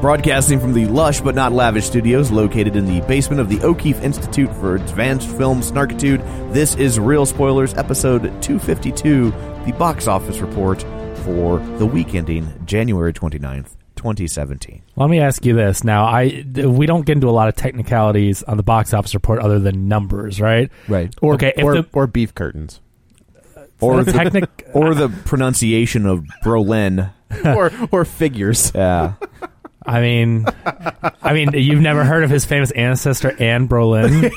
Broadcasting from the lush but not lavish studios located in the basement of the O'Keefe Institute for Advanced Film Snarkitude, this is Real Spoilers, episode 252, the box office report for the week ending January 29th, 2017. Let me ask you this. Now, I th- we don't get into a lot of technicalities on the box office report other than numbers, right? Or, okay. If or, the, or beef curtains. or or the, technic, or the pronunciation of Brolin. or or figures. Yeah. I mean, I mean, you've never heard of his famous ancestor Anne Brolin?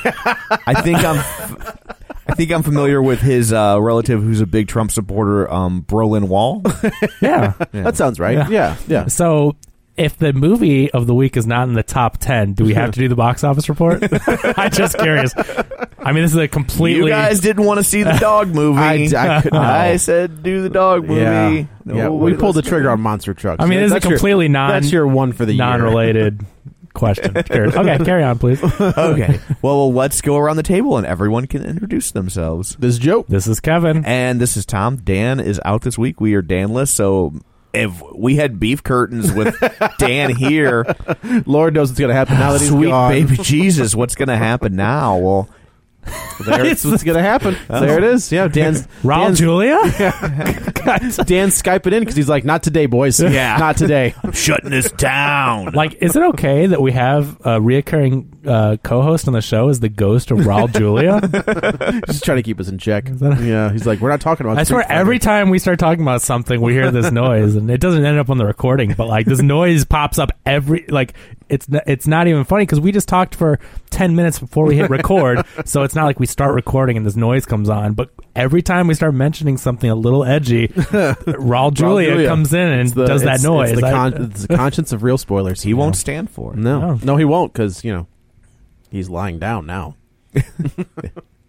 I think I'm. I think I'm familiar with his uh, relative, who's a big Trump supporter, um, Brolin Wall. yeah. That sounds right. Yeah. Yeah. Yeah. So, if the movie of the week is not in the top ten, do we have to do the box office report? I'm just curious. I mean, this is a completely. You guys didn't want to see the dog movie. I- I could not. I said do the dog movie. Yeah. No, Yeah, we pulled the trigger on monster trucks. I mean, this is a That's your- completely non. That's your one for the year. non-related question. Curious. Okay, carry on, please. okay. Well, well, let's go around the table and everyone can introduce themselves. This joke. This is Kevin. And this is Tom. Dan is out this week. We are Danless, so if we had beef curtains with Dan here, Lord knows what's going to happen now that he's sweet gone. baby Jesus, what's going to happen now? Well, Oh. That's what's going to happen. There it is. Yeah. Dan's Raul Dan's, Julia. Dan's skyping in because he's like, not today, boys. Yeah. Not today. I'm shutting this down. like, is it okay that we have a reoccurring uh, co-host on the show as the ghost of Raul Julia? Just trying to keep us in check. Yeah. He's like, we're not talking about. I swear, Street Fighter." every time we start talking about something, we hear this noise, and it doesn't end up on the recording. But like, this noise pops up every like. It's n- it's not even funny because we just talked for ten minutes before we hit record, so it's not like we start recording and this noise comes on. But every time we start mentioning something a little edgy, Raul Julia, Julia. comes in and It's the- does that it's- noise. It's the, I- con- it's the conscience of real spoilers. he won't stand for it. No, No. no, he won't because you know he's lying down now.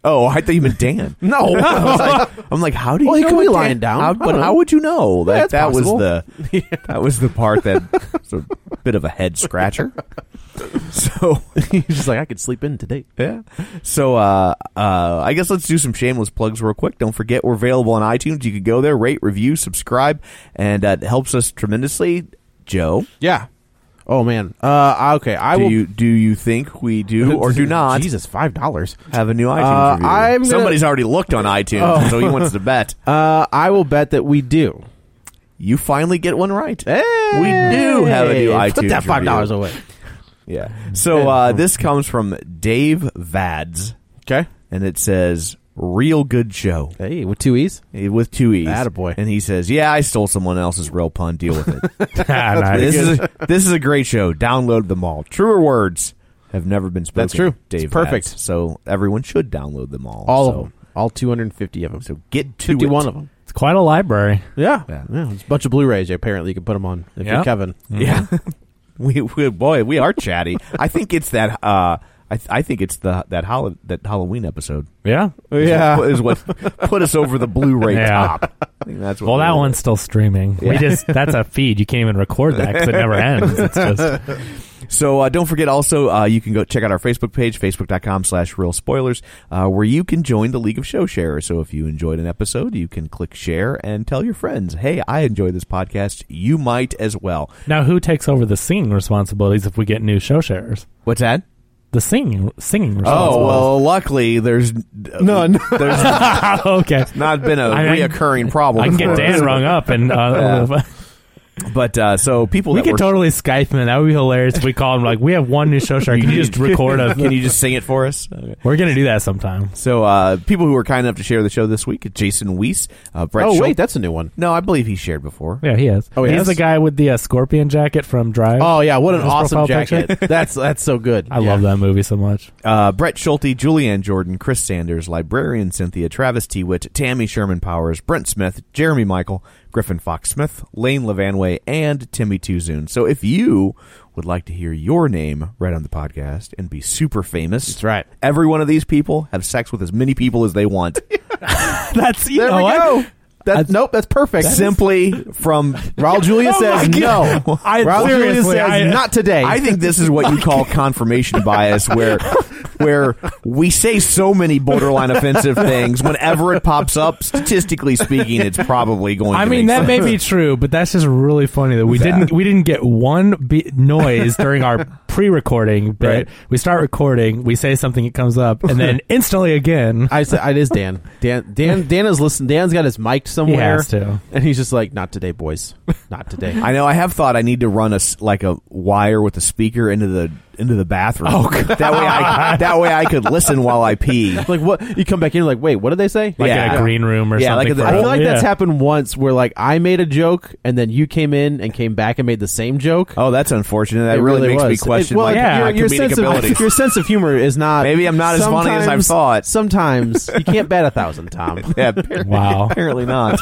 Oh, I thought you meant Dan. No, I was like, I'm like, how do you? Well, he know could be what lying Dan- down. How, I but don't how know. would you know Yeah, that it's that possible. was the that was the part that was a bit of a head scratcher. So he's just like I could sleep in today. yeah. So uh, uh, I guess let's do some shameless plugs real quick. Don't forget we're available on iTunes. You can go there, rate, review, subscribe, and that helps us tremendously. Joe, Yeah. Oh man. Uh, okay. I do will. you do you think we do or do not Jesus, five dollars. have a new iTunes Uh, review? I'm gonna- Oh. Somebody's already looked on iTunes, so he wants to bet. Uh, I will bet that we do. You finally get one right. Hey! We do have a new iTunes. Put that five dollars away. Yeah. So uh, this comes from Dave Vads, Okay. and it says "Real good show" Hey, with two e's. eh, with two e's. Attaboy. And he says, "Yeah, I stole someone else's real pun. Deal with it. Ah, nice. this is a, this is a great show. Download them all. Truer words have never been spoken. That's true. It's Dave. perfect. Vads. So everyone should download them all. All So of them. All two hundred and fifty of them. So Get to fifty-one it. of them. It's quite a library. Yeah. Yeah. yeah. It's a bunch of Blu-rays. Apparently, you can put them on if Yeah. you're Kevin. Yeah. we, we boy, we are chatty. I think it's that uh I, th- I think it's the that hol- that Halloween episode. Yeah. is what Yeah. put- is what put us over the Blu-ray Yeah. top. I think that's what Well, that really- one's still streaming. We just that's a feed. You can't even record that because it never ends. It's just So uh, don't forget also, uh, you can go check out our Facebook page, facebook.com slash real spoilers, uh, where you can join the League of Show Sharers. So if you enjoyed an episode, you can click share and tell your friends, hey, I enjoy this podcast. You might as well. now who takes over the singing responsibilities if we get new show sharers? What's that? The singing singing Oh, responsibilities. well, luckily there's uh, None. There's well, Oh, okay. not been a I mean, reoccurring problem. I can get for us. Dan rung up, and uh, But uh, so people we that could were- totally Skype him. and That would be hilarious if we call him like, "We have one new show shark. Can you just record a? Can you just sing it for us? Okay. We're gonna do that sometime." So uh, people who were kind enough to share the show this week, Jason Weiss, uh, Brett Oh wait, Schultz- that's a new one. No, I believe he shared before. Yeah, he is. Oh, he he's is? the guy with the uh, scorpion jacket from Drive. Oh yeah, what an His awesome profile jacket. picture. that's that's so good. I love that movie so much. Uh, Brett Schulte, Julianne Jordan, Chris Sanders, Librarian Cynthia, Travis Tewitt, Tammy Sherman Powers, Brent Smith, Jeremy Michael, Griffin Fox Smith, Lane Levanway, and Timmy Tuzoon. So if you would like to hear your name read on the podcast and be super famous, that's right. Every one of these people have sex with as many people as they want. That's you There know Oh, we what? go. That, nope, that's perfect. Simply from Raul Julia Oh my says God. no. I- Raul Julia seriously, says I- not today. I think this is what you call confirmation bias, where where we say so many borderline offensive things. Whenever it pops up, statistically speaking, it's probably going. I to mean, make that sense. may be true, but that's just really funny that we didn't we didn't get one be- noise during our pre-recording. But Right. we start recording, we say something, it comes up, and then instantly again. I said it is Dan. Dan Dan Dan is listening. Dan's got his mic somewhere, has to. and he's just like, "Not today, boys. Not today." I know. I have thought I need to run a s- like a wire with a speaker into the into the bathroom. Oh, that way I that way I could listen while I pee. like what? You come back in, you're like, "Wait, what did they say?" like yeah. in a green room or Yeah, like something. for the- I a- feel like that's yeah. happened once, where like I made a joke, and then you came in and came back and made the same joke. Oh, that's unfortunate. That It really, makes me was. question It- well, my yeah, your, your comedic sense abilities. of your sense of humor is not. Maybe I'm not as funny as I've sometimes- thought. Sometimes you can't bat a thousand, Tom. yeah, apparently, Wow. apparently not.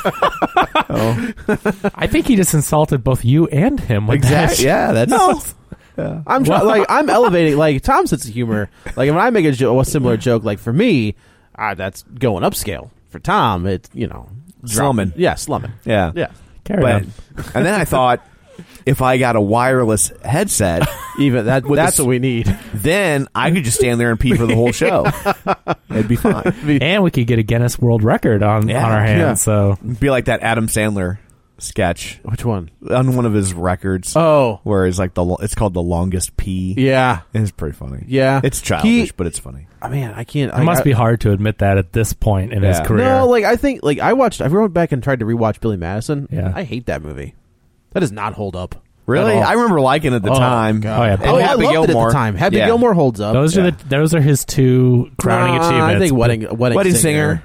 I think he just insulted both you and him. With That. Exactly. Yeah, that's I'm try- like I'm elevating like Tom's sense of humor. Like when I make a, jo- a similar joke, like for me, ah, that's going upscale. For Tom, it's you know Slumming. Yeah, slumming. Yeah. Yeah. Carry But, on. and then I thought, if I got a wireless headset, Even that. With that's the s- what we need. then I could just stand there and pee for the whole show. It'd be fine. And we could get a Guinness World Record on, Yeah. on our hands. Yeah. So It'd be like that Adam Sandler sketch Which one? on one of his records, Oh, where it's like the lo- it's called the longest pee. yeah. It's pretty funny. Yeah. it's childish, He- but it's funny. Oh, man, I can't. it I, must I- be hard to admit that at this point in his Yeah. career. No, like I think, like I watched. I went back and tried to rewatch Billy Madison. Yeah. I hate that movie. That does not hold up. Really, At all. I remember liking it at the Oh, time. God. Oh, yeah. And Oh, I Happy loved it at Gilmore. the time. Happy Yeah. Gilmore holds up. those yeah. are the those are his two crowning Uh, achievements. I think but- Wedding Wedding, Wedding Singer. Singer.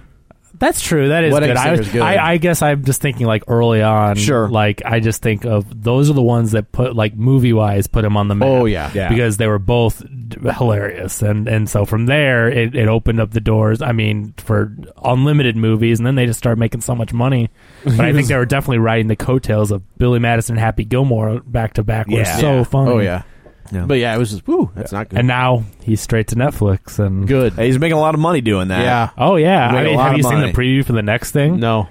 That's true. That is Wedding good. I, was- Singer's good. I, I guess I'm just thinking like early on. Sure. Like I just think of those are the ones that put like movie wise put him on the map. Oh, yeah. Yeah. Because they were both d- hilarious, and and so from there it, it opened up the doors. I mean for unlimited movies, and then they just start making so much money. But I think they were definitely riding the coattails of Billy Madison, and Happy Gilmore back to back. Were Yeah. so funny. Oh yeah. Yeah. But yeah, it was just woo. That's not good. And now he's straight to Netflix and. good. Hey, He's making a lot of money doing that. Yeah. Oh yeah! Made I a mean, lot have of you seen money. the preview for the next thing? No.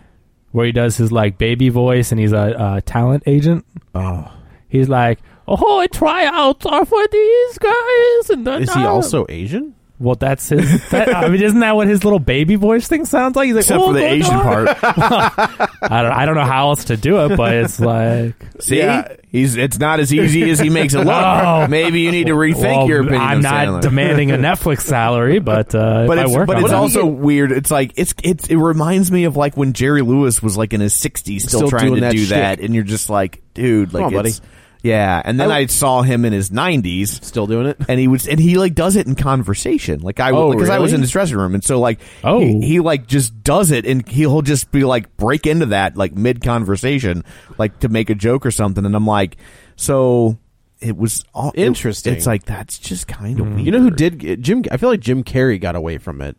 where he does his like baby voice and he's a, a talent agent. Oh. He's like, oh, tryouts are for these guys. And the- Is he also Asian? Well, that's his. That, I mean, isn't that what his little baby voice thing sounds like? He's like, Except "Oh, for the no, Asian no." part. I don't. I don't know how else to do it, but it's like. See, Yeah. he's it's not as easy as he makes it look. Oh. Maybe you need to rethink well, your opinion. I'm of not Sandler. demanding a Netflix salary, but uh, but if it's, I work but on it's that- also weird. It's like it's it's it reminds me of like when Jerry Lewis was like in his 60s, still, Still trying doing to that do shtick. that, and you're just like, dude, like on, buddy. it's- yeah. And then I, I- saw him in his 90s. Still doing it? And he was, and he like does it in conversation. Like I, Oh, because I was really? in his dressing room, and so like, Oh. he, he like just does it, and he'll just be like break into that like mid conversation, like to make a joke or something, and I'm like, so it was all it- Interesting. it's like that's just kind of weird. You know who did get- Jim? I feel like Jim Carrey got away from it.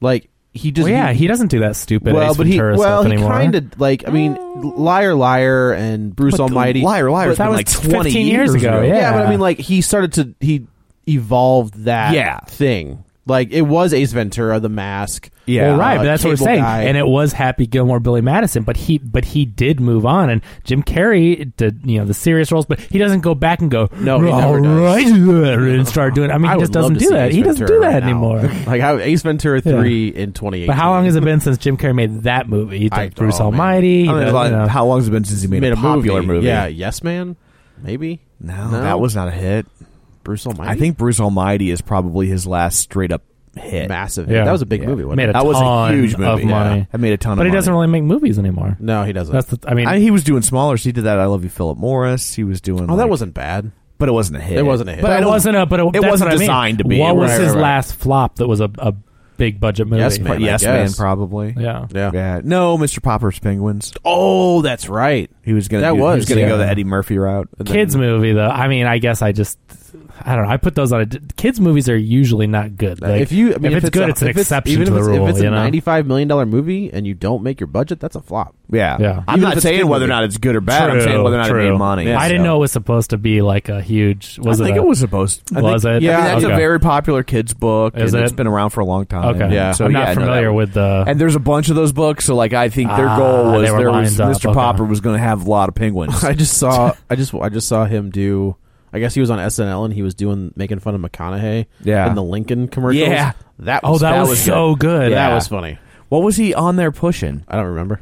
Like he just Well, yeah, he doesn't do that stupid well, Ace but he Ventura well stuff he anymore. Oh. kind of like I mean, liar, liar, and Bruce But the Almighty. Liar, liar. But has that been was like 20 15 years ago, yeah. yeah. but I mean, like he started to he evolved that Yeah. thing. Like it was Ace Ventura, The Mask. Yeah. Well, right, uh, but that's what we're Cable saying. Guy. And it was Happy Gilmore, Billy Madison, but he but he did move on, and Jim Carrey did you know the serious roles, but he doesn't go back and go No, he never does. "Alright," and start doing. I mean, I he would just love doesn't to do see that. Ace he doesn't do Ventura that right now. anymore. like how Ace Ventura three in twenty eight. but how long has it been since Jim Carrey made that movie? He did I- Bruce oh, man. Almighty. I he mean, did, a lot- you know. How long has it been since he made, made a a, popular movie? Yeah, Yes Man, maybe. No, that was not a hit. Bruce Almighty. I think Bruce Almighty is probably his last straight up hit. massive. Yeah. That was a big movie. Wasn't Made it? a That was a ton huge movie. of money. Yeah. That made a ton but of he doesn't money. really make movies anymore. no, he doesn't. That's the. I mean, I mean, he was doing smaller. So he did that. I love you, Philip Morris. He was doing. oh, that like- wasn't bad. but it wasn't a hit. It wasn't a hit. but, I it don't- wasn't a. But it, that's wasn't what I mean. designed to be. What was Right, his right, right. last flop that was a, a big budget movie? Yes, man. yes, I man, guess. probably. Yeah. Yeah. Yeah. No, Mr. Popper's Penguins. Oh, that's right. He was gonna. That do- he was, gonna yeah. go the Eddie Murphy route. And then- kids movie though i mean i guess i just i don't know i put those on a d- kids movies are usually not good like, if you, I mean, if, it's, good a- it's an if exception even to if the it's, rule If it's you a know ninety-five million dollar movie and you don't make your budget, that's a flop. Yeah. Yeah. Even I'm if not it's a kid saying whether or movie. not it's good or bad. I'm True, saying whether or not true. it made money. i didn't So- know it was supposed to be like a huge was I it think a- it was supposed. I Was think- it? Yeah, Yeah. that's a Okay. very popular kids book. Is and it? has been around for a long time. Oh, okay Yeah. i'm not I know that familiar one. with the And there's a bunch of those books, so like I think their Ah, goal was they were there was lined up, Mr. okay. Popper was going to have a lot of penguins. I just saw, I just, I just saw him do. I guess he was on SNL and he was doing making fun of McConaughey. Yeah. in the Lincoln commercials. Yeah. that oh was, that, was, so good That Yeah. was funny. what was he on there pushing? I don't remember.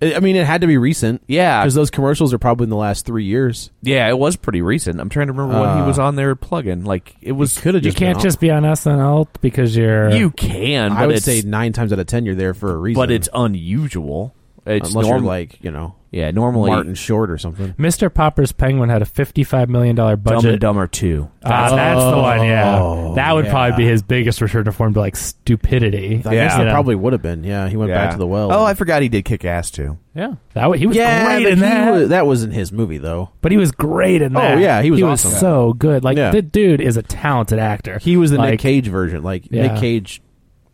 I I mean, it had to be recent. Yeah. because those commercials are probably in the last three years. Yeah, it was pretty recent. I'm trying to remember when he Uh, was on there plugging. Like it was. Could have you just can't been just be on snl because you're You can, but I would it's, say nine times out of ten you're there for a reason. but it's unusual. It's unless norm- you're like you know yeah, normally Martin Short or something. mr popper's penguin had a 55 million dollar budget Dumb and Dumber Two. Ah, that's the one, yeah. That would yeah. probably be his biggest return to form, be like stupidity. I guess Yeah. it You know? probably would have been. Yeah, he went Yeah. back to the well. Oh, I forgot he did Kick Ass too. Yeah, that was, he was yeah, great but in he that. wa- that wasn't his movie though. but he was great in Oh, that. yeah, he was awesome. was so good. Like Yeah. the dude is a talented actor. He was the like, Nick Cage version. Like Yeah. Nick Cage.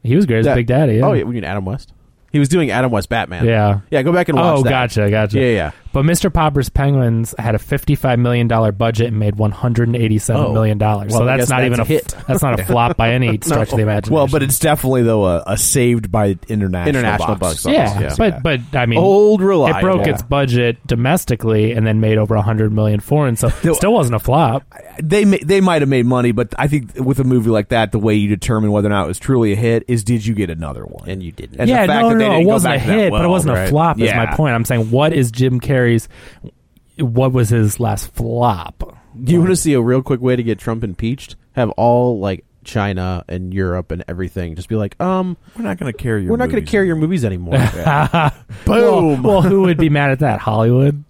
He was great as that- Big Daddy. Yeah. Oh yeah, we need Adam West. He was doing Adam West Batman. Yeah. yeah. Go back and watch. Oh, that. gotcha, gotcha. Yeah, yeah. But Mr. Popper's Penguins had a fifty-five million dollar budget and made one hundred and eighty-seven Oh. million dollars. Well, so I that's guess not that's even a a hit. that's not a flop by any stretch of the imagination. Well, but it's definitely though a, a saved by international International box. box yeah, yeah. but but I mean, Old reliable. it broke Yeah. its budget domestically and then made over 100 million foreign so it still wasn't a flop They ma- they might have made money, but I think with a movie like that, the way you determine whether or not it was truly a hit is did you get another one? And you didn't. And the yeah fact no that no they no didn't it go wasn't a back to that hit but it well, wasn't right? a flop is Yeah. my point i'm saying what is jim carrey's what was his last flop Do you want to see a real quick way to get Trump impeached? Have all like China and Europe and everything just be like, um, We're not going to carry your. we're not going to movies carry your movies anymore. boom well, who would be mad at that hollywood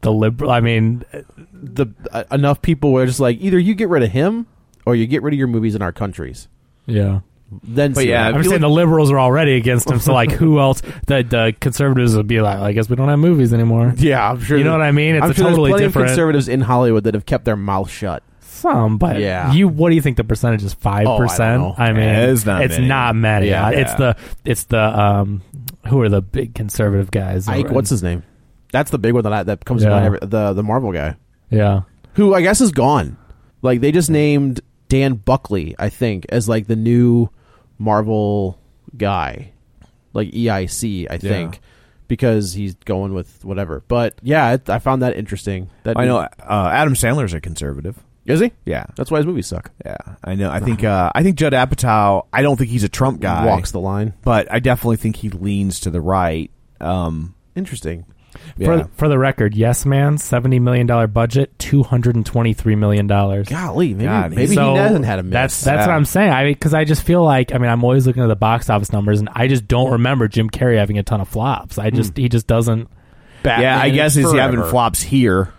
the liberal i mean the uh, enough people were just like, either you get rid of him or you get rid of your movies in our countries. yeah Then, But see yeah, what I I'm happens. feel saying the liberals are already against him, so like who else? The, the conservatives would be like, I guess we don't have movies anymore. yeah, I'm sure. You know that- what I mean? It's I'm a sure totally there's plenty different- of conservatives in Hollywood that have kept their mouth shut. Some, but Yeah. you what do you think the percentage is? Five percent? know. I mean, Yeah, it's not it's many. not many. Yeah. Uh, it's the it's the um, who are the big conservative guys? Ike, what's his name? That's the big one that I, that comes to Yeah. mind. Every, the the Marvel guy, Yeah, who I guess is gone. Like they just named Dan Buckley, I think, as like the new Marvel guy, like EIC, I think, because he's going with whatever. But yeah, it, I found that interesting. That I know uh, Adam Sandler's a conservative. is he? Yeah, That's why his movies suck. yeah, I know. I think uh, I think Judd Apatow. I don't think he's a Trump guy. Walks the line. but I definitely think he leans to the right. Um, Interesting. yeah. For, for the record, Yes Man, seventy million dollar budget, two hundred and twenty three million dollars. Golly, maybe God, maybe So, he hasn't had a miss. That's that's Yeah. what I'm saying. I because I just feel like I mean I'm always looking at the box office numbers and I just don't remember Jim Carrey having a ton of flops. Hmm. I just he just doesn't. yeah, I guess he's having forever. flops here.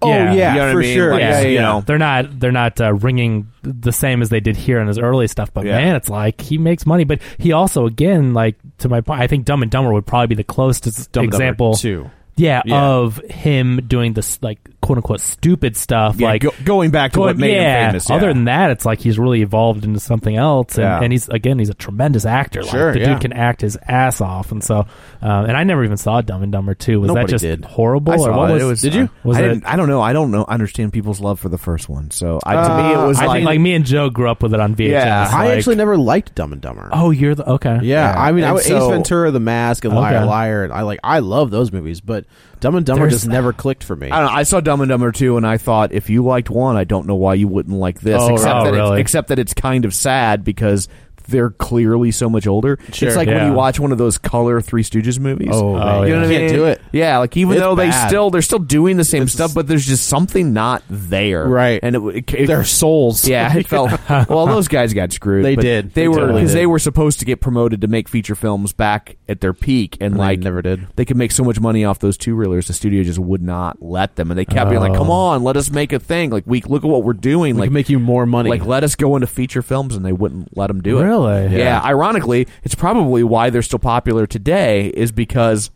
oh yeah, You know what I for mean? sure. Like, yeah, yeah, you yeah. know. they're not they're not uh, ringing the same as they did here in his early stuff. But Yeah. man, it's like he makes money. But he also, again, like to my point, I think Dumb and Dumber would probably be the closest Dumb and Dumber example, two. yeah, Yeah. of him doing this like quote unquote stupid stuff. Yeah, like go- going back to what made him yeah, famous, yeah. Other than that, it's like he's really evolved into something else. And, Yeah. and he's again, he's a tremendous actor. Sure, like, the yeah. dude can act his ass off. And so, um, and I never even saw Dumb and Dumber Two. Was that Nobody just did. horrible I or saw what it. was? It was- Did you? Was I, it- didn't, I don't know. I don't know. Understand people's love for the first one. So I, to Uh, me, it was I like, think like me and Joe grew up with it on VHS. Yeah. I like- actually never liked Dumb and Dumber. Oh, you're the okay. yeah, yeah. I mean, I And would, so- Ace Ventura, The Mask, and Liar Okay. Liar. And I like, I love those movies, but Dumb and Dumber There's- just never clicked for me. I don't know. I saw Dumb and Dumber two, and I thought if you liked one, I don't know why you wouldn't like this. Oh, except oh, that really? it's, except that it's kind of sad because they're clearly so much older. it's like when yeah. you watch one of those color Three Stooges movies. Oh, man. you know what I mean? Can't do it. Yeah, like even It's though they bad. still they're still doing the same stuff, but there's just something not there. Right. and it, it, Their souls. Yeah, it felt well. Those guys got screwed. They but did. They, They were because totally did. they were supposed to get promoted to make feature films back at their peak, And and, they like never did. They could make so much money off those two reelers. The studio just would not let them, and they kept being like, Oh. "Come on, let us make a thing. Like we look at what we're doing. We like can make you more money. Like let us go into feature films, and they wouldn't let them do it. Really? Yeah. Ironically, it's probably why they're still popular today is because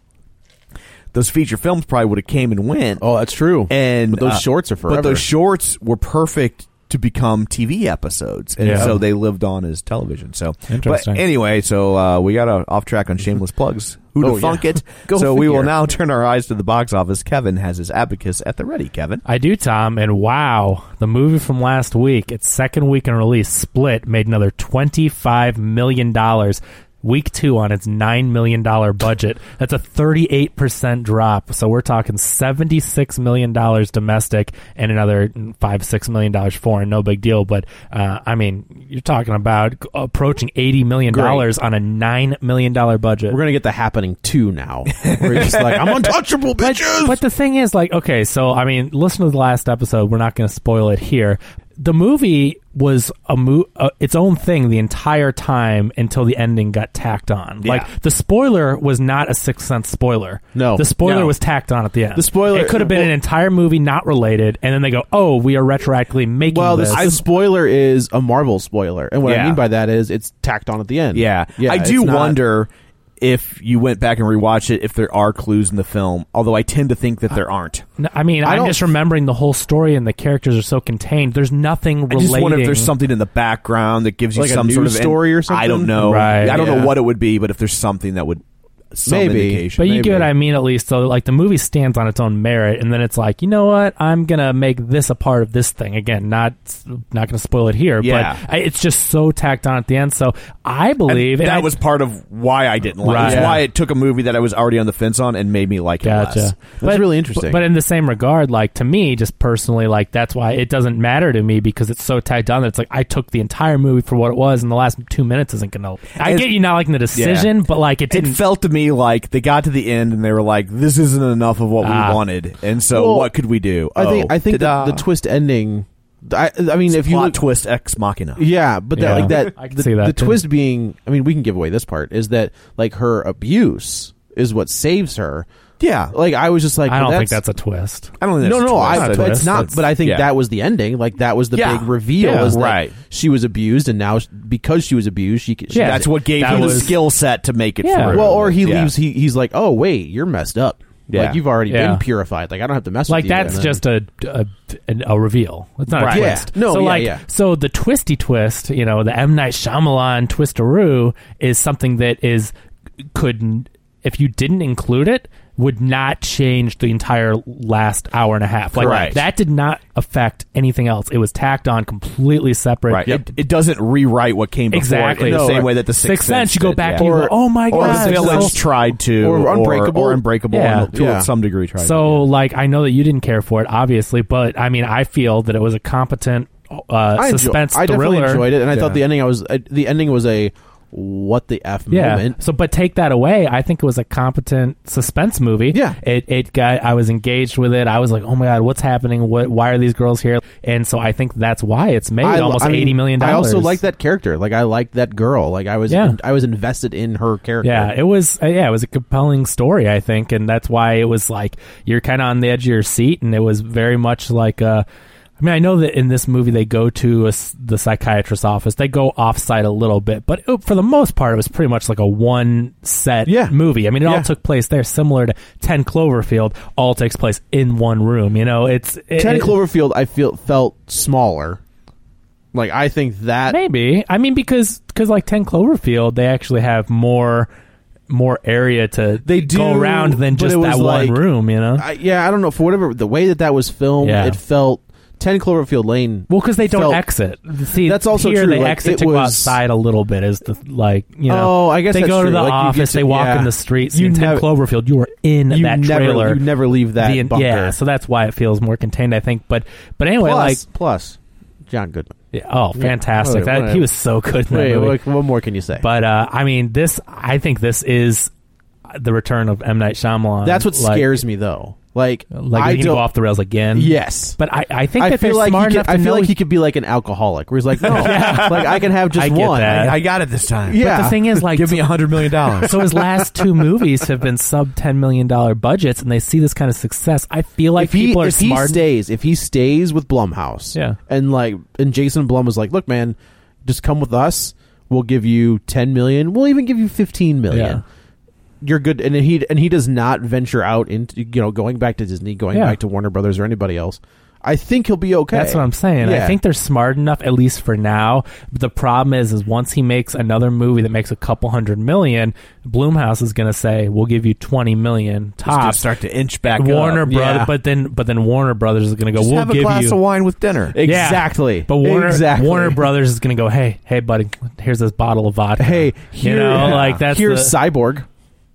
those feature films probably would have came and went. oh, that's true. And But those uh, shorts are forever. But those shorts were perfect to become TV episodes, and Yeah. so they lived on as television. So, but Interesting. anyway, so uh, we got uh, off track on shameless plugs. Who to Oh, yeah. funk it? Go so we will figure. now turn our eyes to the box office. Kevin has his abacus at the ready. Kevin, I do, Tom, and wow, the movie from last week, its second week in release, Split, made another $25 million, week two on its $9 million budget. That's a 38% drop. So we're talking $76 million domestic and another 5 $6 million foreign, no big deal. But, uh, I mean, you're talking about approaching $80 million on a $9 million budget. We're gonna get the happening two now. We're just like, I'm untouchable, bitches. But the thing is, like, okay, so I mean, listen to the last episode. We're not going to spoil it here. The movie was a mo- uh, its own thing the entire time until the ending got tacked on. Like the spoiler was not a sixth sense spoiler. No. the spoiler No. was tacked on at the end. The spoiler- it could have been an well- entire movie not related, and then they go, "Oh, we are retroactively making well, this." this, the spoiler is a Marvel spoiler, and what Yeah. I mean by that is it's tacked on at the end. yeah, I do it's not- wonder. If you went back and rewatched it, if there are clues in the film, although I tend to think that there aren't. No, I mean, I I am don't- just remembering the whole story, and the characters are so contained. There's nothing I related. just wonder if there's something in the background that gives you Like a some sort of news story or I don't something? know. Right, I don't yeah. know what it would be, but if there's something that would some Maybe. indication. But you get Maybe. what I mean, at least. So, like, the movie stands on its own merit, and then it's like, you know what? I'm gonna make this a part of this thing again. Not, not gonna spoil it here, Yeah. but I, it's just so tacked on at the end. So, I believe And and that I- was part of why I didn't like Right. it. It's Yeah. why it took a movie that I was already on the fence on and made me like it less. Gotcha. That's really interesting. But in the same regard, like to me, just personally, like that's why it doesn't matter to me because it's so tagged on that it's like I took the entire movie for what it was, and the last two minutes isn't gonna. I And- get you not liking the decision, but like it It didn't. felt to me like they got to the end and they were like, "This isn't enough of what Ah. we wanted," and so Well, what could we do? I think Oh, I think the, ta-da. the twist ending. I, I mean, if you plot look, twist ex machina. Yeah, but that, Yeah. like that, I can the, see that, the too. twist being, I mean, we can give away this part is that like her abuse is what saves her. Yeah. Like I was just like, I well, don't think that's that's a twist. I don't think no, that's a no, twist. I, That's a it's twist. not. That's- but I think yeah. that was the ending. Like that was the Yeah. big reveal. Yeah. is that Right. She was abused, and now she, because she was abused, she. she Yeah. That's what gave That him the was- skill set to make it. Yeah. through. well, or he Yeah. leaves. He, he's like, oh wait, you're messed up. Yeah. Like you've already Yeah. been purified. Like I don't have to mess with like you. that's And then- just a, a an- a reveal. It's not Right. a Yeah. twist. No, so yeah, like yeah. so the twisty twist, you know, the M Night Shyamalan twistaroo is something that is could n- if you didn't include it would not change the entire last hour and a half. Like Correct. that did not affect anything else. It was tacked on completely separate. Right. It, it doesn't rewrite what came before Exactly. it in the No, same right. way that the Sixth Sixth, Sense, you go did, back and yeah. you go, "Oh my or God, The it's Village so- tried to, Or Unbreakable. or Unbreakable, Yeah. and to Yeah. some degree tried. to. So, like, I know that you didn't care for it, obviously, but I mean, I feel that it was a competent uh, I enjoy- suspense I thriller. definitely enjoyed it, and I Yeah. thought the ending. I was I, the ending was a what the f moment. So, but take that away. I think it was a competent suspense movie. Yeah. It, it got, I was engaged with it. I was like, oh my God, what's happening? What, why are these girls here? And so I think that's why it's made I- almost I mean, $80 million. I also like that character. Like I liked that girl. Like I was Yeah. I was invested in her character. Yeah, it was. Uh, yeah, it was a compelling story, I think, and that's why it was like you're kind of on the edge of your seat, and it was very much like a. I mean, I know that in this movie they go to a s the psychiatrist's office. They go offsite a little bit, but it, for the most part, it was pretty much like a one set Yeah. movie. I mean, it Yeah. all took place there, similar to Ten Cloverfield. All takes place in one room. You know, it's it, Ten it- Cloverfield, I feel felt smaller. Like I think that Maybe I mean because because like Ten Cloverfield, they actually have more more area to They go do, around than but just it was that like- one room. You know, I, yeah, I don't know for whatever the way that that was filmed, Yeah. it felt Ten Cloverfield Lane. Well, because they don't felt- exit. See, That's also here true, They like, it exit to go was- outside a little bit. Is the like you know? Oh, I guess they that's go true. to the Like, you get office. to- they walk yeah. in the streets. You in Ten never- Cloverfield, you are in You that never, trailer. you never leave that The- bunker. Yeah, so that's why it feels more contained, I think. But but anyway, plus, plus John Goodman. like yeah, oh, fantastic! Wait, that, what- he was so good. In that Wait, movie. what, what more can you say? But uh, I mean, this I think this is the return of M Night Shyamalan. that's what uh, like, scares me though. Like, Like I I don't. go off the rails again. Yes. but I, I think I that they're feel like smart he could, enough to I feel know like he could be like an alcoholic, where he's like, no, like I can have just I get one. that. I got it this time. Yeah. But the thing is, like, Give me a hundred million dollars. so his last two movies have been sub ten million dollar budgets, and they see this kind of success. I feel like if he, people are if he smart. stays, if he stays with Blumhouse, Yeah. and like, and Jason Blum was like, look, man, just come with us. We'll give you ten million. We'll even give you fifteen million. Yeah. You're good, and he and he does not venture out into you know going back to Disney, going Yeah. back to Warner Brothers or anybody else. I think he'll be okay. That's what I'm saying. Yeah. I think they're smart enough, at least for now. But the problem is, is once he makes another movie that makes a couple hundred million, Bloomhouse is going to say, "We'll give you twenty million It's gonna top." start to inch back. Ah, Warner up. Brothers, Yeah. but then but then Warner Brothers is going to go. Just we'll have give a glass you of wine with dinner. Yeah. Exactly. But Warner Exactly. Warner Brothers is going to go, hey, hey, buddy, here's this bottle of vodka. Hey, here, you know, like that's here's the- Cyborg.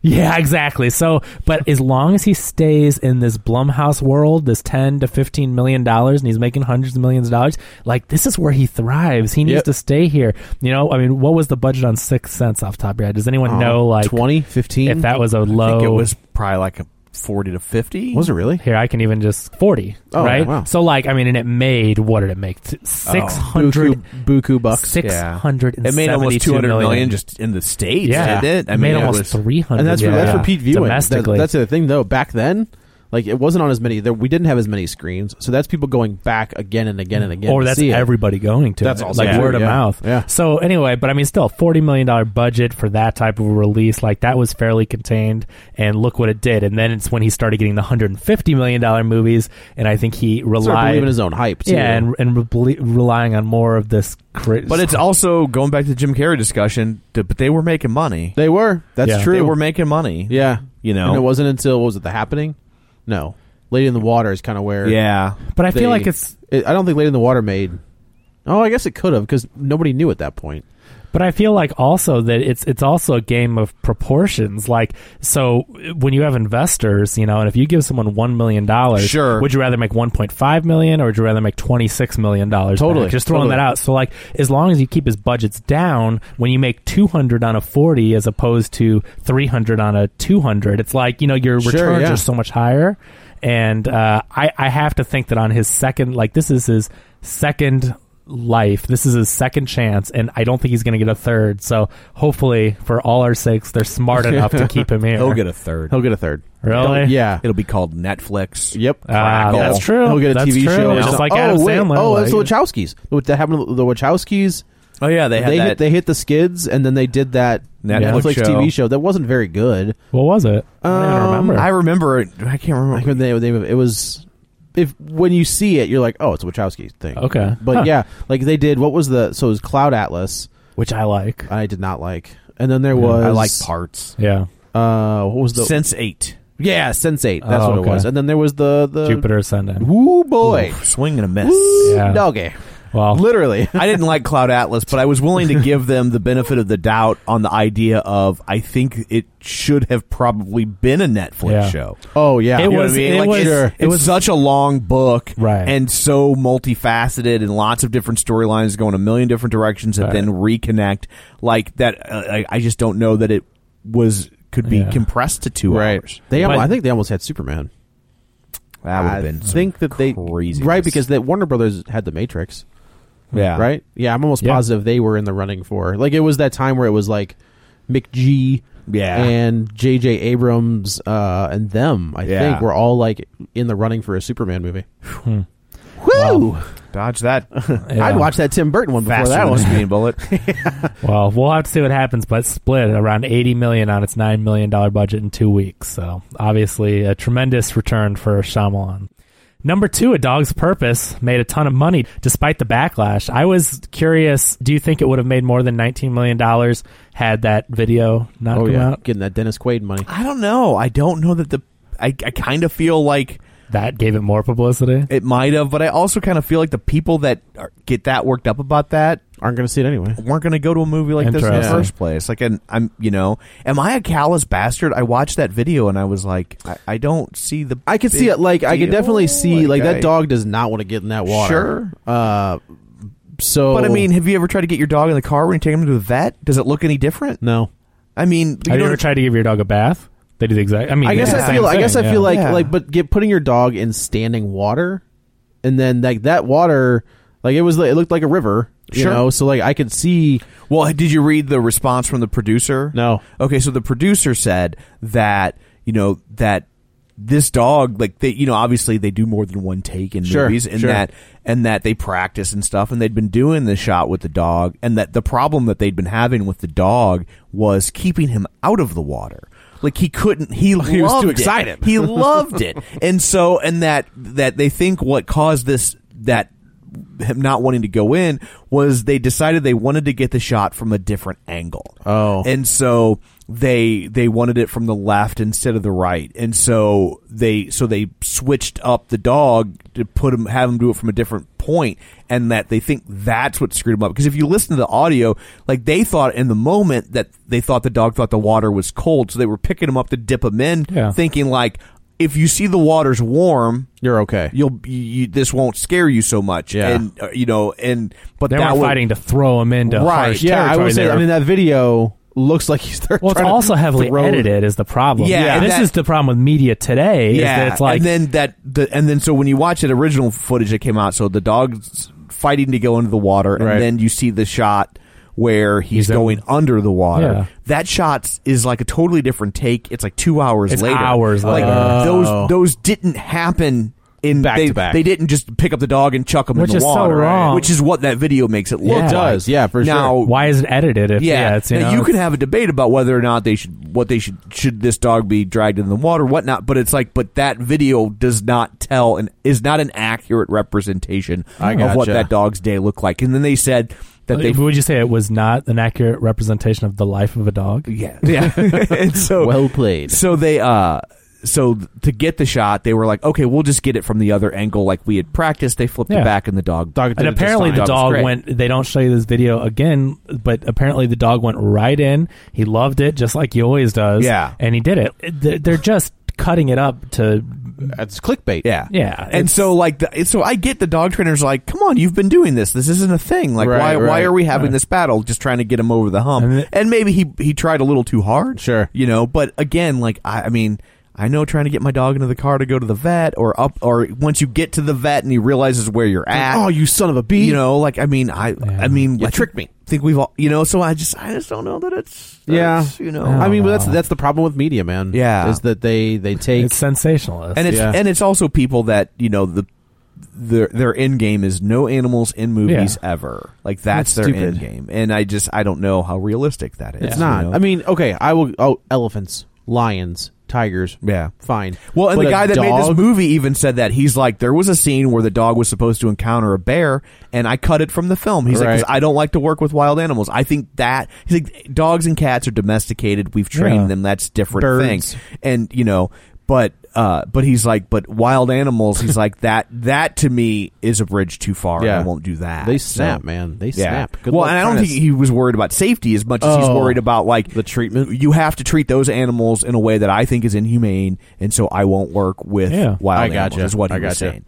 yeah, exactly. So, but as long as he stays in this Blumhouse world, this ten to fifteen million dollars, and he's making hundreds of millions of dollars, like this is where he thrives. He needs Yep. to stay here. You know, I mean, what was the budget on Sixth Sense off the top of your head? Does Uh, anyone know like 20, 15? if that was a low? I think it was probably like a forty to fifty. was it really? here I can even just forty, Oh, right? wow. So like, I mean, and it made what did it make? Six hundred Buku, buku bucks. six hundred and It made almost two seventy-two hundred million million. just in the states. yeah, didn't it? I It mean, made it almost was- three hundred. and that's yeah. that's repeat viewing. That- domestically. that's the thing, though. Back then, like it wasn't on as many. There, we didn't have as many screens, so that's people going back again and again and again. or to that's see it. everybody going to That's it. also like true, word of yeah. mouth. Yeah. So anyway, but I mean, still forty million dollar budget for that type of a release. Like that was fairly contained, and look what it did. And then it's when he started getting the hundred and fifty million dollar movies, and I think he Sort of relied. believing his own hype. Too. yeah, and and re- relying on more of this. Cri- But it's also going back to the Jim Carrey discussion. th- But they were making money. they were. That's Yeah. true. They were making money. yeah, You know. And it wasn't until what was it the happening? No, Lady in the Water is kind of where. Yeah. but I feel they- like it's It, I don't think Lady in the Water made. Oh, I guess it could have because nobody knew at that point. But I feel like also that it's it's also a game of proportions. Like so, when you have investors, you know, and if you give someone one million dollars, Sure. would you rather make one point five million or would you rather make twenty six million dollars? Totally, just throwing totally. that out. So like, as long as you keep his budgets down, when you make two hundred on a forty as opposed to three hundred on a two hundred, it's like you know your Sure, returns yeah. are so much higher. And uh, I I have to think that on his second, like this is his second life. This is his second chance, and I don't think he's going to get a third. So hopefully, for all our sakes, they're smart enough to keep him here. He'll get a third. He'll get a third. really, Yeah. It'll be called Netflix. Yep. Ah, that's true. He'll get a That's TV true. show. or Just something. like oh, Adam wait. Sandler, Oh, that's the like- Wachowskis. What that happened to the Wachowskis? Oh yeah, they had they that. hit they hit the skids and then they did that Netflix Netflix show. TV show that wasn't very good. What was it? I don't Um, even remember. I remember. it. I can't remember. I couldn't think of the name of it. It was if when you see it, you're like, oh, it's a Wachowski thing. Okay. but Huh. yeah, like they did. What was the so it was Cloud Atlas? which I like. I did not like, and then there was I like parts. Yeah, Uh, what was the Since eight. yeah Sense Eight? That's Oh, what okay. it was. And then there was the the Jupiter Ascending. Woo boy, Ooh, swing and a miss. Woo Yeah. Oh. doggy, Well, literally. I didn't like Cloud Atlas, but I was willing to give them the benefit of the doubt on the idea of I think it should have probably been a Netflix Yeah. show. Oh yeah, It was- it was- it's, Sure. it's it was- such a long book, Right. And so multifaceted, and lots of different storylines going a million different directions, and Right. then reconnect. Like that, uh, I, I just don't know that it was could be Yeah. compressed to two hours. They, almo- But- I think they almost had Superman. That would have been I think that they crazy, right because that Warner Brothers had the Matrix, yeah, right? Yeah, I'm almost Yeah. positive they were in the running for like it was that time where it was like McG, Yeah. and J.J. Abrams uh, and them. I Yeah. think were all like in the running for a Superman movie. Woo! Woo! Dodge that. I'd watch that Tim Burton one before Faster that than a one. speeding bullet. Well, we'll have to see what happens, but split around eighty million on its nine million dollar budget in two weeks. So obviously, a tremendous return for Shyamalan. Number two, A Dog's Purpose made a ton of money despite the backlash. I was curious. Do you think it would have made more than nineteen million dollars had that video not Oh come yeah, out? getting that Dennis Quaid money. I don't know. I don't know that the. I, I kind of feel like That gave it more publicity. it might have, but I also kind of feel like the people that are, get that worked up about that Aren't going to see it anyway. weren't going to go to a movie like this in the Interesting. first place. Like, and I'm, you know, am I a callous bastard? I watched that video and I was like, I, I don't see the. I could see big it. Like I could deal. definitely see. Like, I- that dog does not want to get in that water. Sure. Uh, so, But I mean, have you ever tried to get your dog in the car when you take him to the vet? Does it look any different? no. I mean, Have you don't- ever tried to give your dog a bath? They do the exact. I mean, I guess it's the I same feel. I guess thing, I feel yeah. like Yeah. like, but get putting your dog in standing water, and then like that water, like it was, like, it looked like a river. You Sure. know, so like I could see. Well, did you read the response from the producer? No. Okay, so the producer said that you know that this dog, like they, you know, obviously they do more than one take in Sure, movies, and sure. that and that they practice and stuff, and they'd been doing this shot with the dog, and that the problem that they'd been having with the dog was keeping him out of the water. Like he couldn't. He, He was loved too it. excited. He loved it, and so and that that they think what caused this that him not wanting to go in was they decided they wanted to get the shot from a different angle. Oh. And so they they wanted it from the left instead of the right. And so they so they switched up the dog to put him have him do it from a different point and that they think that's what screwed him up because if you listen to the audio like they thought in the moment that they thought the dog thought the water was cold so they were picking him up to dip him in Yeah. thinking like if you see the water's warm You're okay. you'll you, you, this won't scare you so much. Yeah. and uh, you know, and but they that were would, fighting to throw him into Right, harsh Yeah, I territory would say. there. I mean, that video looks like he's. they're Well, it's trying to also heavily throw- edited is the problem. Yeah, and this that- is the problem with media today. is Yeah, that it's like and then that the and then so when you watch that original footage that came out, so the dog's fighting to go into the water, and Right. then you see the shot where he's, He's in- going under the water. Yeah. That shot is like a totally different take. It's like two hours It's later. hours like later. Oh. those those didn't happen. In Back they, to back. they didn't just pick up the dog and chuck him Which in the is so water, wrong. which is what that video makes it look. Yeah. It like. does, yeah, for sure. now, why is it edited? If, yeah, it's, you, now know, you it's- can have a debate about whether or not they should what they should should this dog be dragged in the water whatnot but it's like but that video does not tell and is not an accurate representation I of what gotcha. that dog's day looked like and then they said that they would you say it was not an accurate representation of the life of a dog? yeah yeah and so Well played. so they uh so th- to get the shot they were like okay we'll just get it from the other angle like we had practiced they flipped Yeah. it back and the dog Dog did and it just apparently fine. the Dog was dog great. went. They don't show you this video again, but apparently the dog went right in. He loved it, just like he always does. Yeah. and he did it. They're- They're just cutting it up to That's clickbait. Yeah. Yeah, And it's- so like the, so I get the dog trainers like, "Come on, you've been doing this. This isn't a thing. Like Right, why why right, are we having this battle just trying to get him over the hump?" And And, it- maybe he he tried a little too hard. Sure. You know, but again, like I I mean, I know trying to get my dog into the car to go to the vet or up or once you get to the vet and he realizes where you're at. Oh, you son of a bee! you know, like I mean, I I mean, You I tricked me. Think we've all, you know, so I just I just don't know that it's Yeah. that's, you know. Oh, I mean, well, that's know. that's the problem with media, man. Yeah. is that they they take it's sensationalist. and it's Yeah. and it's also people that you know the their their end game is no animals in movies Yeah. ever. Like that's, That's their stupid. end game, and I just I don't know how realistic that is. It's not. you know? I mean, okay, I will. Oh, elephants, lions, tigers. Yeah. fine. Well, and But the a guy that made dog- this movie even said that he's like, there was a scene where the dog was supposed to encounter a bear, and I cut it from the film. He's like, 'cause Right. I don't like to work with wild animals. I think that he's like, dogs and cats are domesticated. We've trained Yeah. them. That's different Birds. thing. And you know, but uh, but he's like, but wild animals. He's like that. That to me is a bridge too far. Yeah. I won't do that. They So- snap, man. They snap. Good well, luck and I trying don't to think he was worried about safety as much as he's Oh. worried about like The treatment? You have to treat those animals in a way that I think is inhumane, and so I won't work with Yeah. wild I animals. gotcha. Is what he I was gotcha. saying.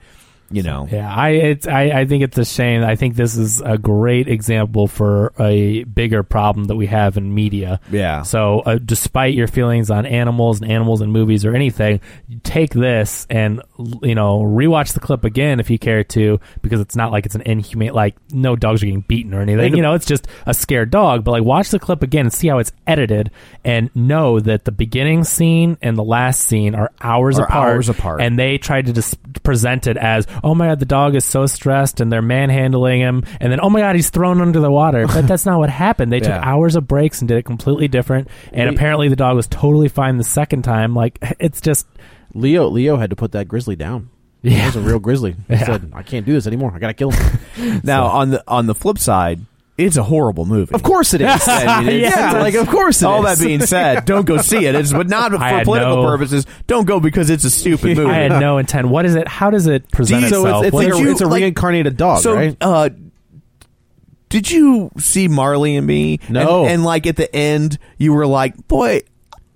You know, Yeah, I it's I, I think it's a shame. I think this is a great example for a bigger problem that we have in media. Yeah. So, uh, despite your feelings on animals and animals in movies or anything, take this and l- you know rewatch the clip again if you care to, because it's not like it's an inhumane like no dogs are getting beaten or anything. You know, it's just a scared dog. But like, watch the clip again and see how it's edited, and know that the beginning scene and the last scene are hours Are apart. hours apart. and and they tried to dis- present it as oh my god, the dog is so stressed and they're manhandling him, and then oh my god, he's thrown under the water. But that's not what happened. They Yeah. took hours of breaks and did it completely different. And They- apparently, the dog was totally fine the second time. Like it's just Leo Leo had to put that grizzly down. Yeah. He was a real grizzly. He Yeah. said, I can't do this anymore. I got to kill him. Now on the on the flip side, it's a horrible movie. of course it is. I mean, it's- yeah, like, of course it is. All that being said, don't go see it. It's but not for I had political no- purposes. Don't go because it's a stupid movie. I had no intent. What is it? How does it present Do you- itself? so it's- it's What like is- It's you- a- it's a like- reincarnated dog, so, right? uh, did you see Marley and Me? No. And, and like at the end, you were like, boy.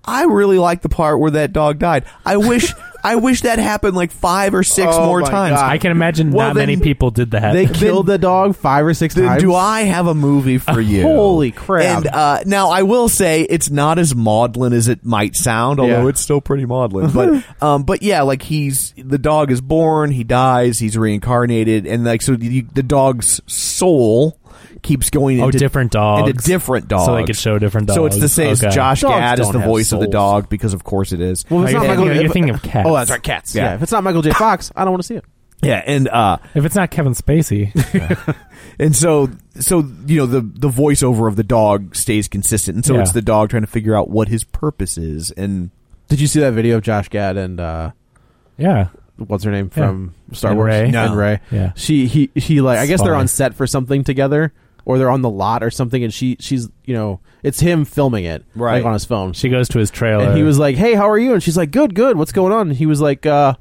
I really like the part where that dog died. I wish, I wish that happened like five or six Oh more my times. God. I can imagine Well, not then- many people did that. They killed the dog five or six Then times. do I have a movie for you? Holy crap. And uh, now I will say it's not as maudlin as it might sound, although Yeah. it's still pretty maudlin. But um, but yeah, like he's the dog is born, he dies, he's reincarnated, and like so the, the dog's soul keeds going Oh, into different into dogs. different dogs, So they could show different So it's the dogs. same. it's Okay. Josh Dogs Gad is don't the have voice of the souls. dog because of course it is. Well, Oh, it's you're not thinking- Michael you're if- thinking of cats. Oh, that's right, cats. Yeah. Yeah. if it's not Michael J. Fox, I don't want to see it. yeah, and uh, if it's not Kevin Spacey, And so, so you know, the the voiceover of the dog stays consistent, and so Yeah. it's the dog trying to figure out what his purpose is. And Did you see that video of Josh Gad and uh, yeah. what's her name from Star And Wars? Rey. No. And Ray. Yeah. She he she like I guess they're Funny. on set for something together or they're on the lot or something and she she's you know it's him filming it Right. like on his phone. She goes to his trailer. and he was like, "Hey, how are you?" And she's like, "Good, good. What's going on?" And he was like, uh,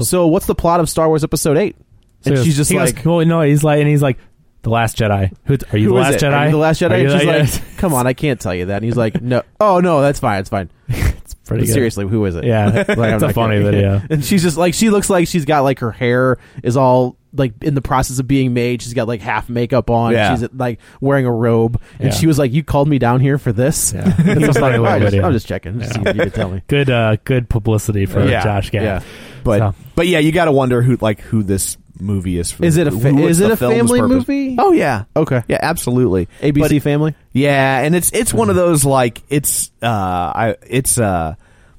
"So what's the plot of Star Wars Episode 8? So And he goes- she's just he goes, like, well, no, he's like, and he's like, the Last Jedi. Who, are you Who the is Last it? Jedi? Are you the last Jedi? Are And you she's the- like, "Come on, I can't tell you that." And he's like, "No, oh no, that's fine, it's fine." pretty good. seriously, who is it? Yeah, Like, I'm it's a not funny kidding. video. And she's just like she looks like she's got like her hair is all like in the process of being made. She's got like half makeup on. Yeah. She's like wearing a robe, and Yeah. she was like, "You called me down here for this." Yeah. That's He was a like, funny little "Oh, I just- video. I'm just checking. Just see if you could tell me. Good, uh, good publicity for Yeah. Josh Gad. Yeah. but So- but yeah, you got to wonder who like who this movie is for. Is it a fa- Who- what's is it the a film's family purpose? movie? Oh yeah, Okay. yeah, absolutely. ABC But- Family. Yeah, and it's it's one of those like it's uh I it's uh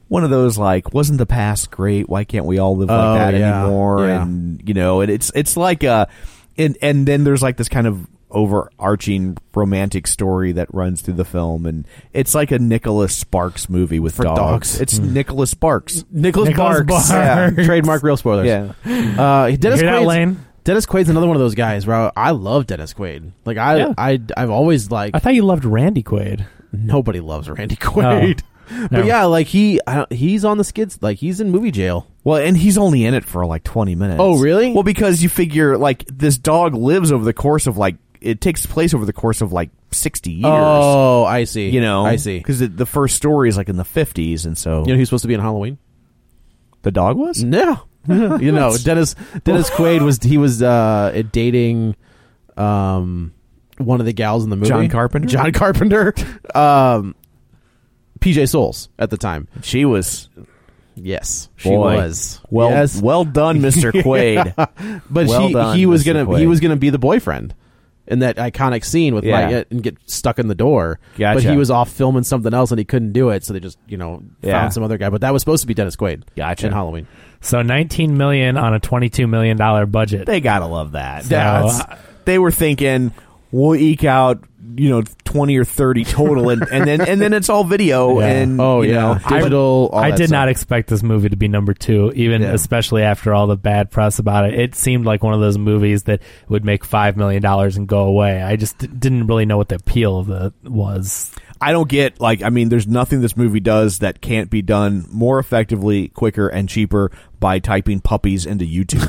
one of those like wasn't the past great? Why can't we all live like Oh, that yeah, anymore? yeah. And you know, and it's it's like uh and and then there's like this kind of overarching romantic story that runs through the film and it's like a Nicholas Sparks movie with For dogs. dogs. Hmm. It's Nicholas Sparks. Nicholas Nicholas Barks. Barks. Yeah. Trademark real spoilers. Yeah. Uh, Dennis hear that, Quaid's, Lane? Dennis Quaid's another one of those guys, bro. I love Dennis Quaid. Like I, Yeah. I, I've always like I thought you loved Randy Quaid. nobody loves Randy Quaid. But yeah, like he, I don't, he's on the skids. Like he's in movie jail. Well, and he's only in it for like 20 minutes. Oh, really? Well, because you figure like this dog lives over the course of like it takes place over the course of like 60 years. Oh, I see. you know I see. because the first story is like in the 50s and so You know who's supposed to be in Halloween? the dog was No, you know Dennis. Dennis Quaid was he was uh, dating, um, one of the gals in the movie. John Carpenter? John Carpenter. Um, PJ Souls at the time. she was Yes, she boy. was. well yes. well done mr quaid but well he, done, he was Mr. gonna he Quaid. was gonna be the boyfriend in that iconic scene with Yeah. Mike and get stuck in the door. But Gotcha. he was off filming something else and he couldn't do it, so they just you know Yeah. found some other guy. But that was supposed to be Dennis Quaid. Gotcha. In Halloween, So 19 million on a 22 million dollar budget. they gotta love that Yeah, That's- they were thinking we'll eke out you know 20 or 30 total and, and then and then it's all video Yeah. and Oh, you yeah. know, I- digital, all I that did stuff. not expect this movie to be number two, even Yeah. especially after all the bad press about it. It seemed like one of those movies that would make five million dollars and go away. I just d- didn't really know what the appeal of it was. I don't get like I mean, there's nothing this movie does that can't be done more effectively, quicker, and cheaper by typing puppies into YouTube.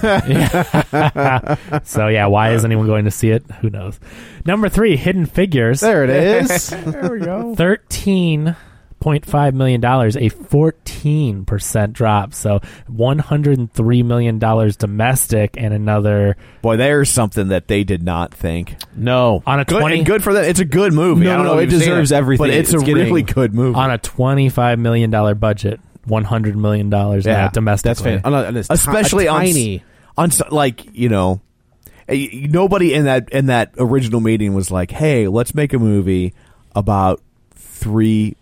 So yeah, why is anyone going to see it? Who knows? Number three, Hidden Figures. there it is. Thirteen point five million dollars, a fourteen percent drop. So one hundred and three million dollars domestic, and another Boy, there's something that they did not think. no, on a Good, twenty and good for that. It's a good movie. No, I don't no, know it if you've seen deserves it, everything But it's, it's a getting. really good movie. on a twenty-five million dollar budget, one hundred million dollars Yeah, yeah, uh, domestically. that's fan- and it's ti- Especially on s- tiny. on s- like you know, eh, nobody in that in that original meeting was like, "Hey, let's make a movie about three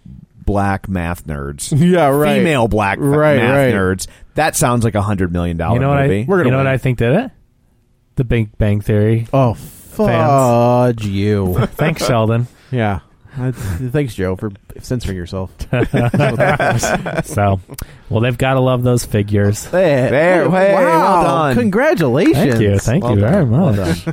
black math nerds." Yeah, right. Female black Right, math right. nerds. That sounds like a hundred million dollar You know what movie. I? You know what I think did it? the Big Bang Theory. Oh, fudge you. Thanks, Sheldon. yeah. Uh, Thanks, Joe, for censoring yourself. so, well, they've got to love those figures. There, hey, well done. Congratulations. Thank you, thank you very much.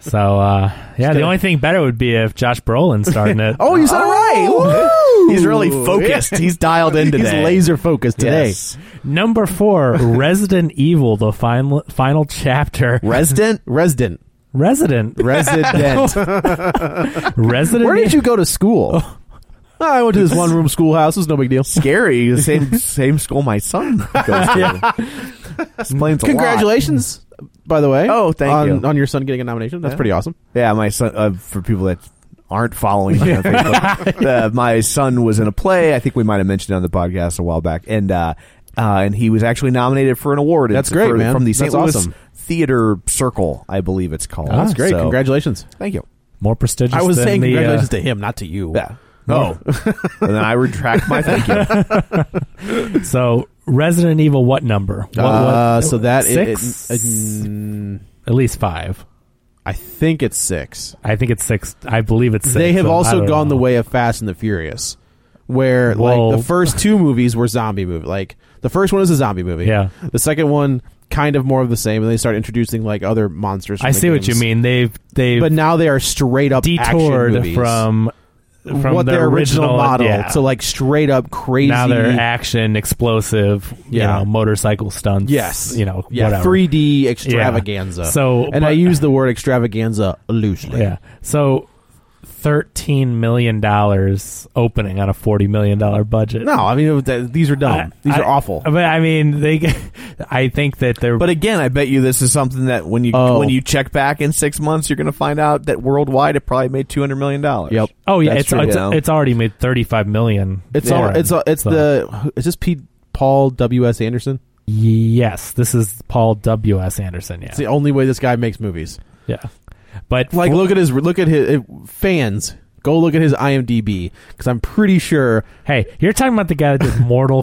so, uh, yeah, the only thing better would be if Josh Brolin started it. Oh, you said it right. He's really focused. He's dialed in He's today. laser focused today. Yes. Number four, Resident Evil, the final final chapter. Resident? Resident. Resident, Resident. Resident. Where did you go to school? "Oh, I went to this one room schoolhouse. It was no big deal. Scary. The same same school my son goes to. Explains a lot. Congratulations, by the way. Oh, thank on, you. on your son getting a nomination. That's Yeah. pretty awesome. Yeah, my son. Uh, for people that aren't following, me on Facebook, uh, my son was in a play. I think we might have mentioned it on the podcast a while back, and uh, uh, and he was actually nominated for an award. That's It's great, for- man. From the That's St. Louis awesome. Theater Circle, I believe it's called. That's great. Ah, So- Congratulations. Thank you. More prestigious. I was than saying the, uh, congratulations to him, not to you. Yeah. Oh. No. and then I retract my thank you. so, Resident Evil, what number? What, Uh, what- so that it- it- six, mm, at least five. I think it's six. I think it's six. I believe it's. six. they have so I also don't gone know. the way of Fast and the Furious, where Whoa. like the first two movies were zombie movie. Like the first one is a zombie movie. Yeah. The second one kind of more of the same, and they start introducing like other monsters. from I the see what you games. mean. They've they've But now they are straight up action detoured movies. from from what their, original, model yeah. to like straight up crazy. now they're action explosive you Yeah. know motorcycle stunts yes, you know yeah, whatever 3D extravaganza. So, and I but- use the word extravaganza loosely. yeah so 13 million dollars opening on a 40 million dollar budget No, I mean th- these are dumb. these I- are awful. but i mean they i think that they're But again, I bet you this is something that when you Oh. when you check back in six months, you're going to find out that worldwide it probably made two hundred million dollars. Yep. oh yeah That's it's true, it's, you know. it's already made 35 million It's all. foreign, It's all. It's so- the. Is this Pete Paul W S Anderson? yes this is paul w s anderson yeah It's the only way this guy makes movies. yeah but Like, look at his. Look at his fans. Go look at his IMDb because I'm pretty sure. Hey, you're talking about the guy that did Mortal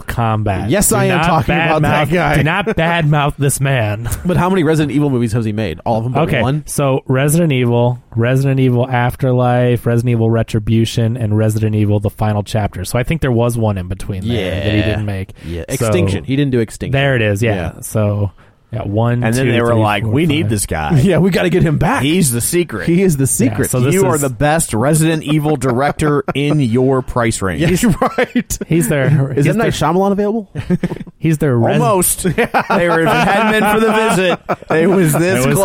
Kombat. Yes, I am not talking about that badmouth- guy. Do not badmouth this man. But how many Resident Evil movies has he made? All of them. But okay, One. so Resident Evil, Resident Evil Afterlife, Resident Evil Retribution, and Resident Evil: The Final Chapter. So I think there was one in between there that he Yeah. didn't make. Yeah. So- Extinction. he didn't do Extinction. There it is. Yeah. Yeah. So yeah, one. And then two, they were three, like, four, "We five." need this guy. Yeah, we got to get him back. He's the secret. he is the secret. so this you are is- the best Resident Evil director in your price range. He's right. He's their. Is he's, M Night their Shyamalan available? he's their. Res- Almost. they were, if it hadn't been for the visit, it was this It was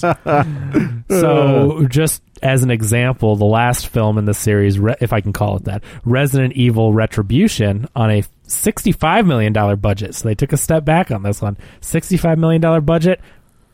close. So, just as an example, the last film in the series, Re- if I can call it that, Resident Evil Retribution, on a $65 million budget. So they took a step back on this one. $65 million budget,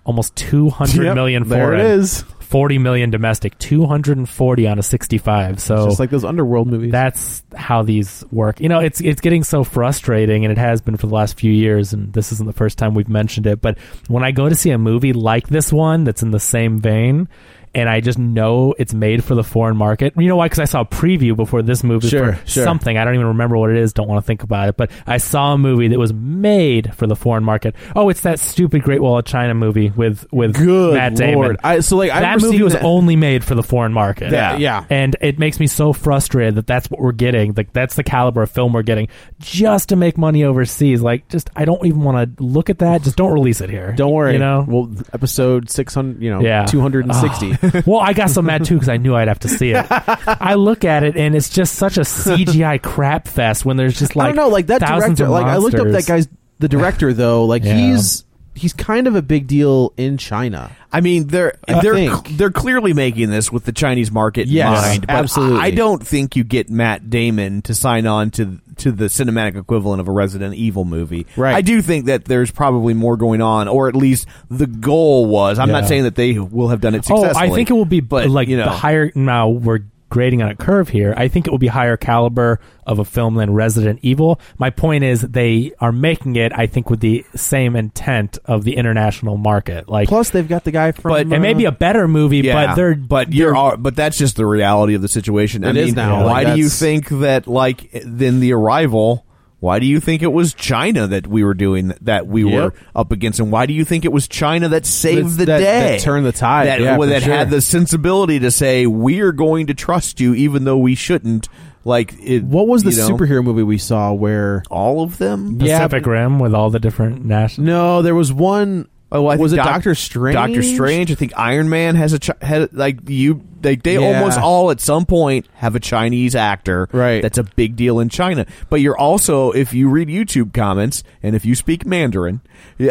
almost two hundred million There foreign. it is. 40 million domestic, 240 on a 65. So Just like those underworld movies. that's how these work. You know, it's it's getting so frustrating, and it has been for the last few years. And this isn't the first time we've mentioned it. But when I go to see a movie like this one, that's in the same vein, and I just know it's made for the foreign market. You know why? Because I saw a preview before this movie Sure, for sure. something. I don't even remember what it is. Don't want to think about it. But I saw a movie that was made for the foreign market. Oh, it's that stupid Great Wall of China movie with with Good Matt Damon. lord. I, so like I that remember movie seeing was that- only made for the foreign market. Yeah, yeah. And it makes me so frustrated that that's what we're getting. Like that's the caliber of film we're getting just to make money overseas. Like just I don't even want to look at that. Just don't release it here. Don't worry. You know. well, episode six hundred. You know, yeah. two hundred and sixty. Oh. well, I got so mad too because I knew I'd have to see it. I look at it and it's just such a CGI crap fest when there's just like I don't know, like that thousands director. of Like I looked up that monsters. guy's the director though. Like Yeah. he's he's kind of a big deal in China. I mean, they're I they're think. they're clearly making this with the Chinese market in Yes, mind. But absolutely. I, I don't think you get Matt Damon to sign on to to the cinematic equivalent of a Resident Evil movie. Right. I do think that there's probably more going on, or at least the goal was. I'm Yeah. not saying that they will have done it Oh, successfully. I think it will be but like you know, the higher. Now we're grading on a curve here. I think it will be higher caliber of a film than Resident Evil. My point is they are making it. I think with the same intent of the international market. Like Plus, um, they've got the guy from. but it may be a better movie, Yeah, but they're but you're all- but that's just the reality of the situation. I It mean, is now. Like, Why do you that's- think that like then the arrival Why do you think it was China that we were doing that we Yep. were up against, and why do you think it was China that saved That's- the that- day, that turned the tide. that, Yeah, well, for that sure. had the sensibility to say we are going to trust you even though we shouldn't? Like, it, What was the you know, superhero movie we saw where? All of them? Yeah, Pacific Rim with all the different national. No, there was one. Oh, I think was it Doc- Doctor Strange? Doctor Strange. I think Iron Man has a chi- had, like you. Like they Yeah. almost all at some point have a Chinese actor. Right. That's a big deal in China. But you're also if you read YouTube comments and if you speak Mandarin,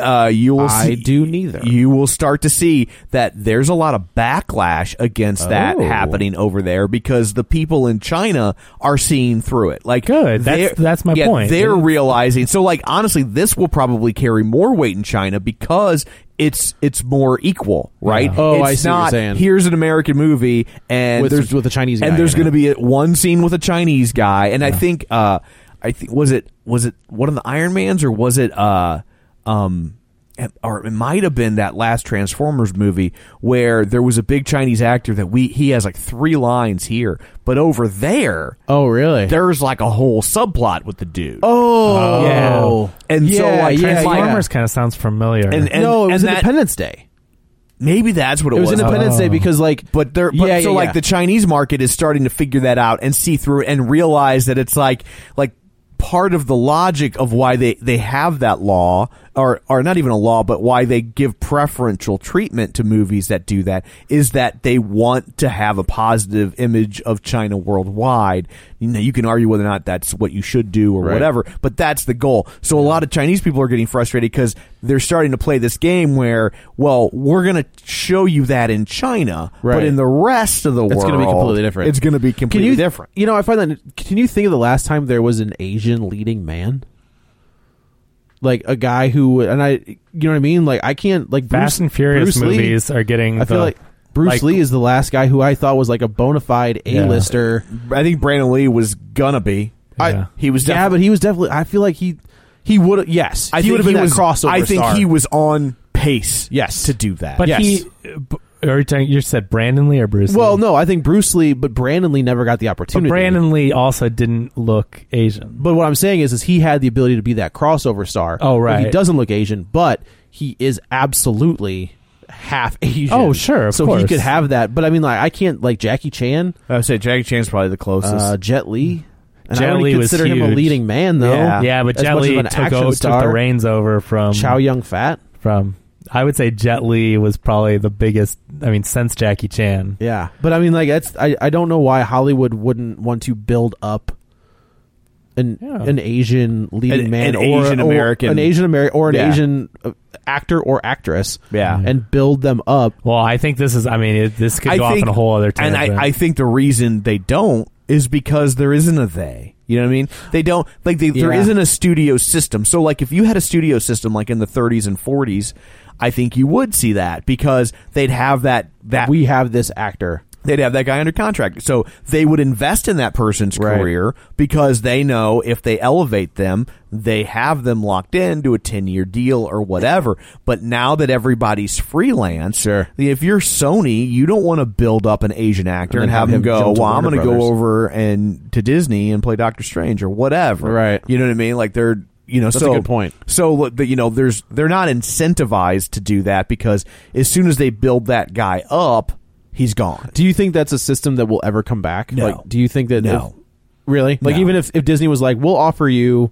uh, you will. I see, do neither. You will start to see that there's a lot of backlash against that Oh. happening over there because the people in China are seeing through it. Like Good. That's- they're- that's my yeah, point. They're It- realizing so like honestly this will probably carry more weight in china because it's it's more equal right Yeah. Oh, it's I see what you're not saying. here's an american movie and With- there's with a Chinese guy and there's in it. going to be a, one scene with a chinese guy and i think uh i think was it was it one of the iron mans or was it uh um or it might have been that last Transformers movie where there was a big Chinese actor that we he has like three lines here, but over there Oh, really? there's like a whole subplot with the dude. oh, Yeah. And so, like, yeah, yeah. Transformers kind of sounds familiar. And- and- no, it was and that- Independence Day. maybe that's what it, It was was. uh, Independence Day because like, But they're but, yeah, yeah, so like yeah. the Chinese market is starting to figure that out and see through it and realize that it's like like part of the logic of why they they have that law or or not even a law but why they give preferential treatment to movies that do that is that they want to have a positive image of China worldwide. You know, you can argue whether or not that's what you should do or Right. whatever, but that's the goal. So a lot of Chinese people are getting frustrated because they're starting to play this game where, well, we're going to show you that in China, but Right. in the rest of the It's world, going to be completely different. It's going to be completely can you, different. You know, I find that. Can you think of the last time there was an Asian leading man? Like a guy who, and I, you know what I mean? Like I can't like Fast Bruce, and Furious Bruce Lee- movies are getting. I feel the- like Bruce like- Lee is the last guy who I thought was like a bona fide Yeah. A-lister. I think Brandon Lee was gonna be. Yeah. he was. Yeah, definitely- but he was definitely. I feel like he he would. Yes, I he think would have been he a was, crossover. I think star. he was on pace. Yes. to do that. But yes. he. b- Are you, talking- you said Brandon Lee or Bruce? Well, Lee? no, I think Bruce Lee, but Brandon Lee never got the But opportunity. Brandon Lee also didn't look Asian. But what I'm saying is, is he had the ability to be that crossover star. Oh, Where He right. doesn't look Asian, but he is absolutely half Asian. Oh, sure, of so he course. could have that. But I mean, like, I can't like Jackie Chan, I would say Jackie Chan's probably the closest. uh, Jet Li. And I Jet wouldn't Li was consider him a huge. leading man, though. Yeah. yeah, but As Jet much of Lee an took, action o- took the star. reins over from Chow Young Fat. From I would say Jet Li was probably the biggest. I mean, since Jackie Chan. Yeah, but I mean, like, that's I, I don't know why Hollywood wouldn't want to build up an Yeah. an Asian leading An- man, an or Asian or American. an Asian American, or an Yeah. Asian uh, actor or actress. Yeah. and build them up. Well, I think this is. I mean, it, this could go off on a whole other And tangent. I, I think the reason they don't is because there isn't a they. You know what I mean? They don't like they, there Yeah. isn't a studio system. So like if you had a studio system like in the 30s and 40s, I think you would see that because they'd have that that We have this actor. they'd have that guy under contract. So they would invest in that person's Right. career because they know if they elevate them, they have them locked in to a 10 year deal or whatever. But now that everybody's freelance, Sure. if you're Sony, you don't want to build up an Asian actor And and, then have have him him jump go, to well, I'm Warner going to go Brothers." over and to Disney and play Doctor Strange or whatever. Right. You know what I mean? Like they're, you know, That's a so good point. so look, the- you know, there's they're not incentivized to do that because as soon as they build that guy up, he's gone. Do you think that's a system that will ever come back? No. Like, do you think that No. if- really? Like, No. even if if Disney was like, we'll offer you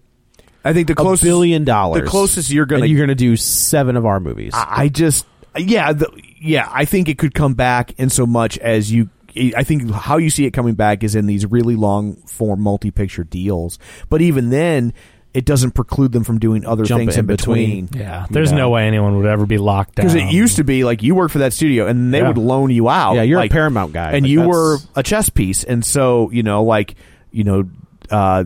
I think the a closest billion dollars, the closest you're gonna. and you're gonna do seven of our movies. I I just yeah the, yeah I think it could come back in so much as you. I think how you see it coming back is in these really long form multi picture deals. But even then, it doesn't preclude them from doing other Jump things in in between. yeah, there's no way anyone would ever be locked down. Because it used to be like you work for that studio and they Yeah. would loan you out. Yeah, you're a like- Paramount guy, and like, you that's- were a chess piece. And so you know, like you know, uh,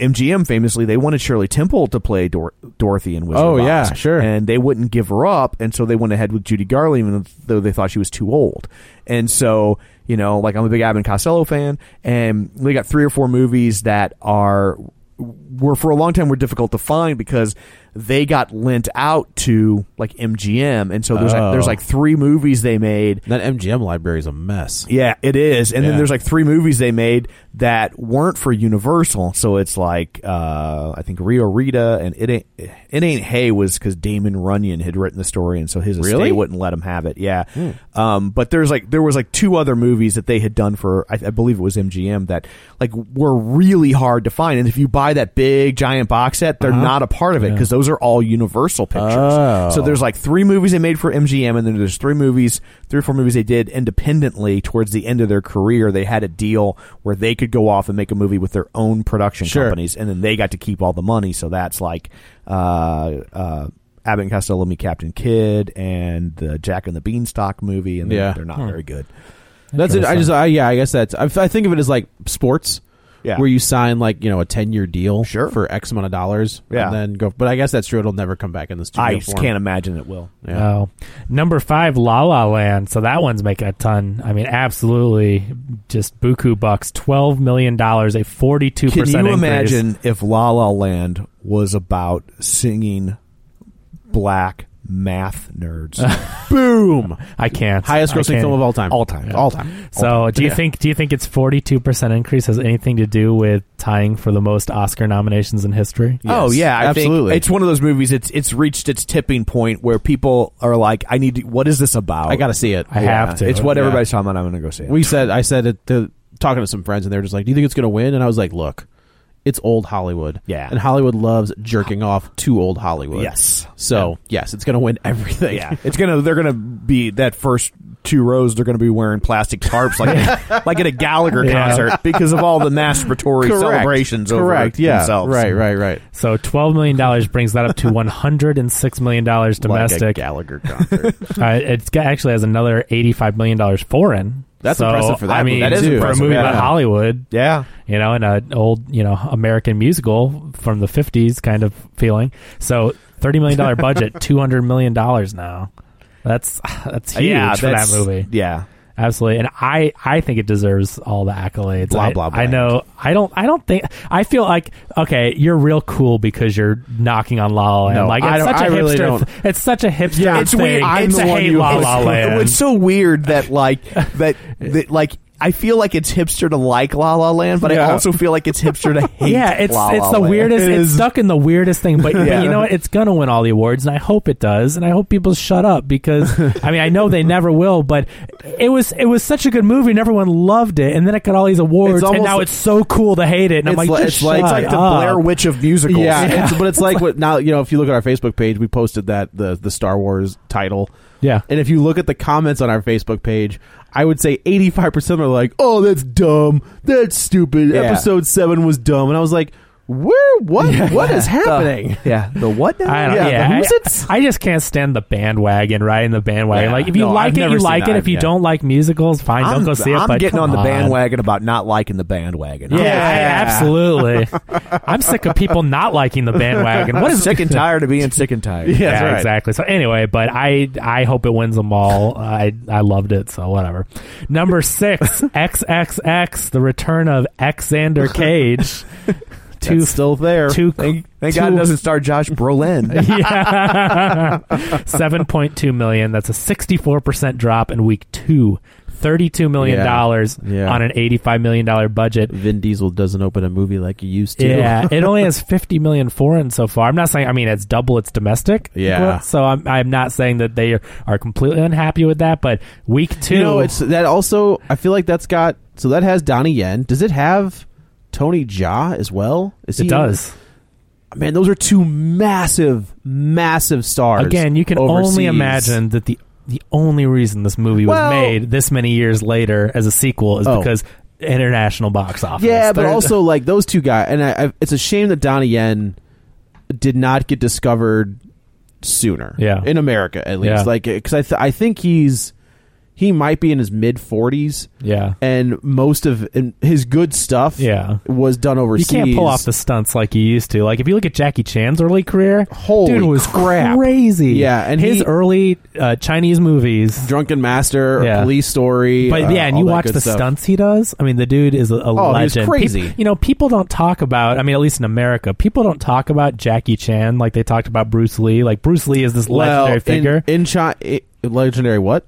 MGM famously they wanted Shirley Temple to play Dor- Dorothy in Wizard. Oh, of Oz. yeah, sure. And they wouldn't give her up, and so they went ahead with Judy Garland, even though they thought she was too old. And so you know, like I'm a big Abbott and Costello fan, and they got three or four movies that are were for a long time were difficult to find because they got lent out to like MGM, and so there's like, there's Oh. like three movies they made. That MGM library is a mess. Yeah, it is. And Yeah. then there's like three movies they made that weren't for Universal. So it's like uh, I think Rio Rita and it ain't it ain't Hay was because Damon Runyon had written the story, and so his estate Really? wouldn't let him have it. Yeah. Hmm. Um, but there's like there was like two other movies that they had done for I, I believe it was MGM that like were really hard to find. And if you buy that big giant box set, they're not a part of it because those are all Universal pictures. Uh-huh. Oh. So there's like three movies they made for MGM, and then there's three movies, three or four movies they did independently towards the end of their career. They had a deal where they could go off and make a movie with their own production Sure. companies, and then they got to keep all the money. So that's like uh, uh, Abbott and Costello Meet Captain Kidd and the Jack and the Beanstalk movie, and they're, Yeah. they're not very good. That's it. I just, I, yeah, I guess that's. I, I think of it as like sports, Yeah. where you sign like you know a ten year deal, Sure. for X amount of dollars, Yeah. and then go. But I guess that's true. It'll never come back in the studio. I just form. can't imagine it will. Oh. Number five, La La Land. So that one's making a ton. I mean, absolutely just buku bucks. $12 million, a 42% Can you increase. imagine if La La Land was about singing black math nerds? Boom! I can't. Highest I grossing can't. film of all time. All time. All time. So, do you think do you think it's forty two percent increase has anything to do with tying for the most Oscar nominations in history? Oh Yes, yeah, I think absolutely. it's one of those movies. It's it's reached its tipping point where people are like, "I need. To, what is this about? I got to see it. I have to. It's what Yeah. everybody's talking about. I'm going to go see it. We said. I said it to talking to some friends, and they were just like, "Do you think it's going to win?" And I was like, "Look." It's old Hollywood, Yeah. and Hollywood loves jerking off to old Hollywood. Yes. so yes, it's going to win everything. yeah, it's gonna. They're gonna be that first two rows. They're gonna be wearing plastic tarps like like at a Gallagher Yeah. concert because of all the masturbatory Correct. celebrations. Correct. Over yeah. Themselves. Right. Right. Right. So twelve million dollars brings that up to one hundred and six million dollars domestic. Like a Gallagher concert. Uh, it's got, actually has another eighty-five million dollars foreign. That's So, impressive for that I movie, mean, That is too. for a impressive, movie about yeah. Hollywood, Yeah. you know, and an old, you know, American musical from the fifties kind of feeling. So, thirty million dollar budget, two hundred million dollars now. That's that's huge yeah. for that that's- movie. Yeah. Absolutely, and I I think it deserves all the accolades. Blah, I- blah, blah. I know. I don't. I don't think. I feel like okay, you're real cool because you're knocking on La La Land. No, like it's I don't- such a I really hipster. don't. It's such a hipster. it's thing. weird. I'm It's the a one hey, you- La it's- La Land. It's so weird that like that, that like I feel like it's hipster to like La La Land, but I Yeah. also feel like it's hipster to hate. yeah, it's La it's La the Land. weirdest. It it's is. stuck in the weirdest thing, but, but Yeah. you know what? It's gonna win all the awards, and I hope it does, and I hope people shut up because I mean I know they never will, but it was it was such a good movie, and everyone loved it, and then it got all these awards, and almost now like- it's so cool to hate it, and I'm like, li- just it's like- shut it's like the up. Blair Witch of musicals. Yeah, It's, but it's like what now. You know, if you look at our Facebook page, we posted that the the Star Wars title. Yeah. and if you look at the comments on our Facebook page, I would say eighty five percent are like, "Oh, that's dumb. That's stupid. Yeah. Episode seven was dumb." And I was like, "Where? What? What is happening?" yeah. The what? Now? I don't, Yeah, yeah, the I- Hoosits? I, just can't stand the bandwagon riding the bandwagon. Yeah. Like if you No, like I've it, never you seen like that. it. If you Yeah. don't like musicals, fine, I'm, don't go see it. I'm but getting on come the bandwagon about not liking the bandwagon. Yeah, I'm absolutely. I'm sick of people not liking the bandwagon. What is sick and tired of being sick and tired. Yeah, yeah, that's right. exactly. So anyway, but I I hope it wins them all. I I loved it, so whatever. Number six, XXX, the return of Xander Cage. Two That's still there. two Thank, thank God it doesn't star Josh Brolin. yeah. 7.2 million. That's a 64% drop in week two. $32 million Yeah. Yeah. on an $85 million budget. Vin Diesel doesn't open a movie like he used to. Yeah, it only has 50 million foreign so far. I'm not saying, I mean, it's double its domestic. Yeah. equivalent, So I'm, I'm not saying that they are completely unhappy with that, but week two. You know, Oh, it's that also. I feel like that's got so that has Donnie Yen. Does it have Tony Jaa as well? Is it he- does. Man, those are two massive, massive stars. Again, you can overseas. only imagine that the the only reason this movie was Well- made this many years later as a sequel is Oh. because international box office. Yeah, but There's- also like those two guys, and I, I, it's a shame that Donnie Yen did not get discovered sooner. Yeah. in America at least, Yeah. like because I th- I think he's he might be in his mid 40s. Yeah. And most of and his good stuff Yeah. was done You overseas. can't pull off the stunts like you used to. Like if you look at Jackie Chan's early career, Holy dude was crap. crazy. Yeah, and his he- early uh, Chinese movies. Drunken Master or Yeah. Police Story. But uh, yeah, and all you that watch good the stuff. stunts he does. I mean, the dude is a, a was legend. Peop- crazy. you know, people don't talk about. I mean, at least in America, people don't talk about Jackie Chan like they talked about Bruce Lee. Like Bruce Lee is this Well, legendary in- figure. in, China. legendary what?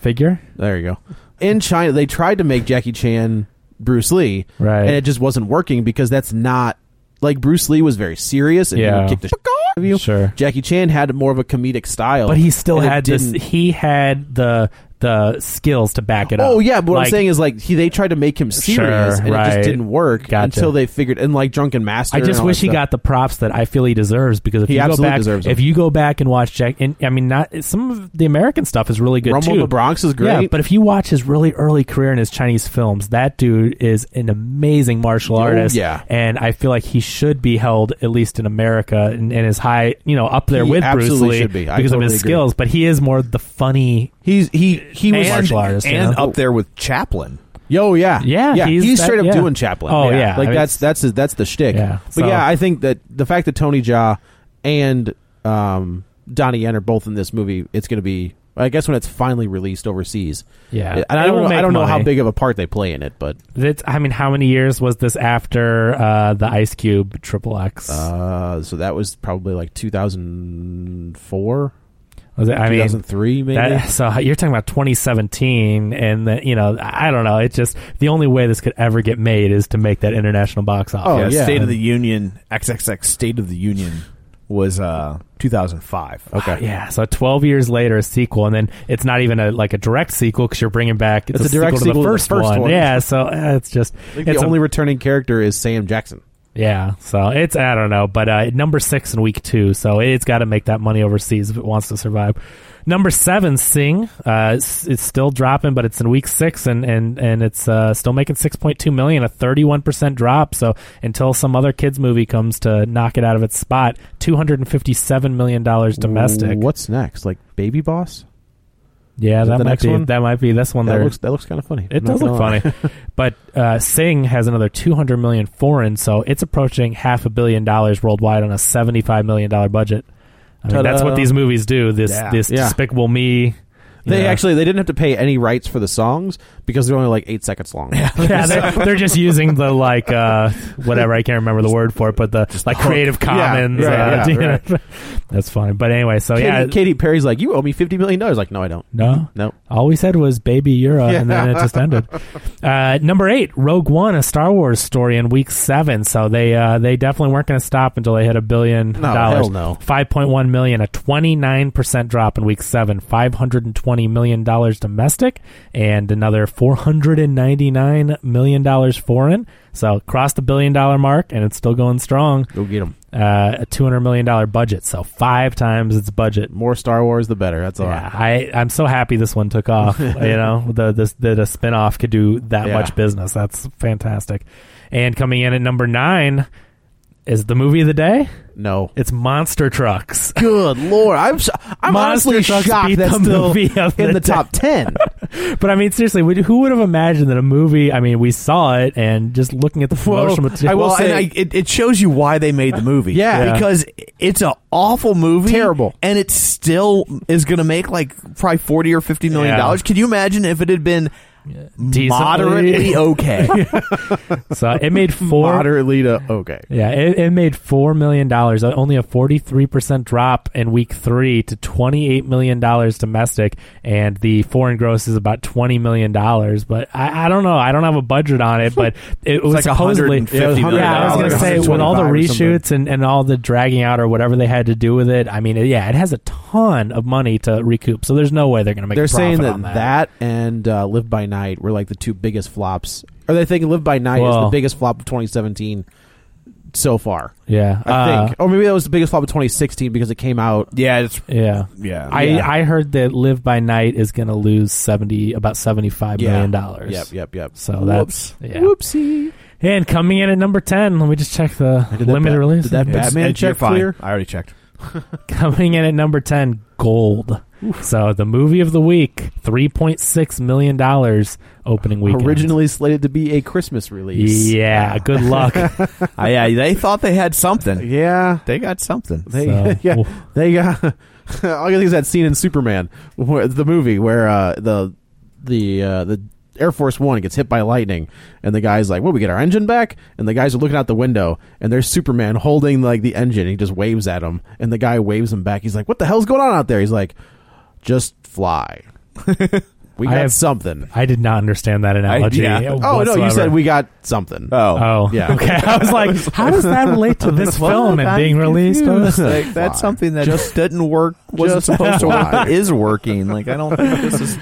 figure. There you go. In China, they tried to make Jackie Chan Bruce Lee, Right. And it just wasn't working because that's not like Bruce Lee was very serious and he Yeah. would kick the shit out of you. Sure. Jackie Chan had more of a comedic style, But he still Oh, and it had this. didn't- He had the the skills to back it up. Oh yeah, but what I'm Like, saying is like he they tried to make him serious Sure, and it right. just didn't work Gotcha. until they figured and like Drunken Master. I and just all wish that he stuff. got the props that I feel he deserves because if He you go absolutely back, deserves them. if you go back and watch Jack, and I mean, not some of the American stuff is really good Rumble too. in the Bronx is great. Yeah, but if you watch his really early career in his Chinese films, that dude is an amazing martial artist. Oh, yeah. and I feel like he should be held at least in America and, and is high, you know, up there He with Bruce absolutely Lee should be. I because of his totally agree. skills. But he is more the funny. he's he he was And- Martial artist, and yeah. up there with Chaplin. Yo, yeah, Yeah, yeah. He's, he's that- straight up yeah. doing Chaplin. Oh, yeah. like I mean, that's that's his, that's the shtick. Yeah, but so- yeah, I think that the fact that Tony Jaa and um, Donnie Yen are both in this movie, it's going to be. I guess when it's finally released overseas. Yeah. and I It don't will know, I make don't know how money. big of a part they play in it, but That's, I mean, how many years was this after uh, the Ice Cube Triple X? uh, so that was probably like 2004, was it? I mean, 2003, maybe. That, so you're talking about 2017, and the, you know, I don't know. It's just the only way this could ever get made is to make that international box Oh, office. yeah. State of the Union, XXX State of the Union was uh 2005. Wow, yeah. So 12 years later, a sequel, and then it's not even a like a direct sequel because you're bringing back it's, It's a direct sequel to the first, one. Yeah. So uh, it's just I think it's the a- only returning character is Sam Jackson. yeah. So it's I don't know, but uh, number six in week two, so it's got to make that money overseas if it wants to survive. Number seven, Sing, uh, it's, it's still dropping, but it's in week six, and and and it's uh, still making six point two million, a thirty one percent drop. So until some other kids movie comes to knock it out of its spot, two hundred and fifty seven million dollars domestic. What's next? Like Baby Boss? Yeah, Is that that the might next be one? that might be this one. That there. looks that looks kind of funny. It I'm not does gonna look lie. funny. but uh, Sing has another 200 million foreign, so it's approaching half a billion dollars worldwide on a 75 million dollar budget. I mean, that's Ta-da. what these movies do. This Yeah. this Yeah. Despicable Me. you They know. actually they didn't have to pay any rights for the songs because they're only like eight seconds long. yeah, they're, they're just using the like uh, whatever I can't remember the word for it, but the like Creative Commons. right, uh, yeah, you know. that's funny. But anyway, so Katy, yeah, Katy Perry's like, "You owe me fifty million dollars." Like, no, I don't. No, No. All we said was "Baby, you're up," and then it just ended. Uh, number eight, Rogue One, a Star Wars story in week seven. So they uh, they definitely weren't going to stop until they hit a billion hell dollars. no. five point one million, a twenty nine percent drop in week seven. Five hundred and twenty million dollars domestic, and another four hundred and ninety nine million dollars foreign. So crossed the billion dollar mark, and it's still going strong. Go get them. Uh, a two hundred million dollar budget, so five times its budget. More Star Wars, the better. That's all. Yeah, I I'm so happy this one took off. you know, the this that a spinoff could do that Yeah. much business. That's fantastic. And coming in at number nine is the movie of the day. No. It's Monster Trucks. Good lord, I'm so, I'm Monster honestly Trucks shocked beat that's the still movie of in the the day. top ten. but I mean, seriously, would, who would have imagined that a movie? I mean, we saw it, and just looking at the promotional material, I will Well, say and I- it, it shows you why they made the movie. Yeah. Yeah. because it's an awful movie, Terrible. and it still is going to make like probably forty or fifty million Yeah. dollars. Can you imagine if it had been Decently. moderately okay? so it made four Moderately to okay. Yeah, it, it made four million dollars, uh, only a forty-three percent drop in week three to twenty-eight million dollars domestic, and the foreign gross is about twenty million dollars. But I, I don't know, I don't have a budget on it, but it was like supposedly 150 million yeah, I was dollars, gonna say with all 125 the or something. reshoots and, and all the dragging out or whatever they had to do with it. I mean, yeah, it has a ton of money to recoup, so there's no way they're gonna make. They're a profit saying on that that that and uh, Live by Night were like the two biggest flops. Or they think Live by Night is the Well. biggest flop of 2017 so far. yeah, I uh, think, or maybe that was the biggest flop of 2016 because it came out. yeah, it's Yeah. Yeah. I, Yeah. I heard that Live by Night is going to lose 70 about 75 Yeah. million dollars. Yep, yep, yep. So that's yeah. Whoopsie. And coming in at number 10, let me just check the did that limited bad- release. did that Yeah. Batman Ed, you're check clear? I already checked. coming in at number 10, Gold. So the movie of the week, three point six million dollars opening weekend. Originally slated to be a Christmas release. yeah. Good luck. I, I- they thought they had something. Yeah. They got something. They So, yeah, oof. they got. all I think is that scene in Superman, where, the movie where uh, the the uh, the Air Force One gets hit by lightning, and the guy's like, "Well, we get our engine back," and the guys are looking out the window, and there's Superman holding like the engine. He just waves at him, and the guy waves him back. He's like, "What the hell's going on out there?" He's like, "Just fly." we I got have- something. I did not understand that analogy. yeah. Oh, Oh no, you whatsoever. said we got something. oh. Oh, Yeah. Okay, I was like, how does that relate to this film and being released? I was like, Like, that's something that just didn't work. Wasn't just supposed to work. fly. but Is working. Like I don't think this is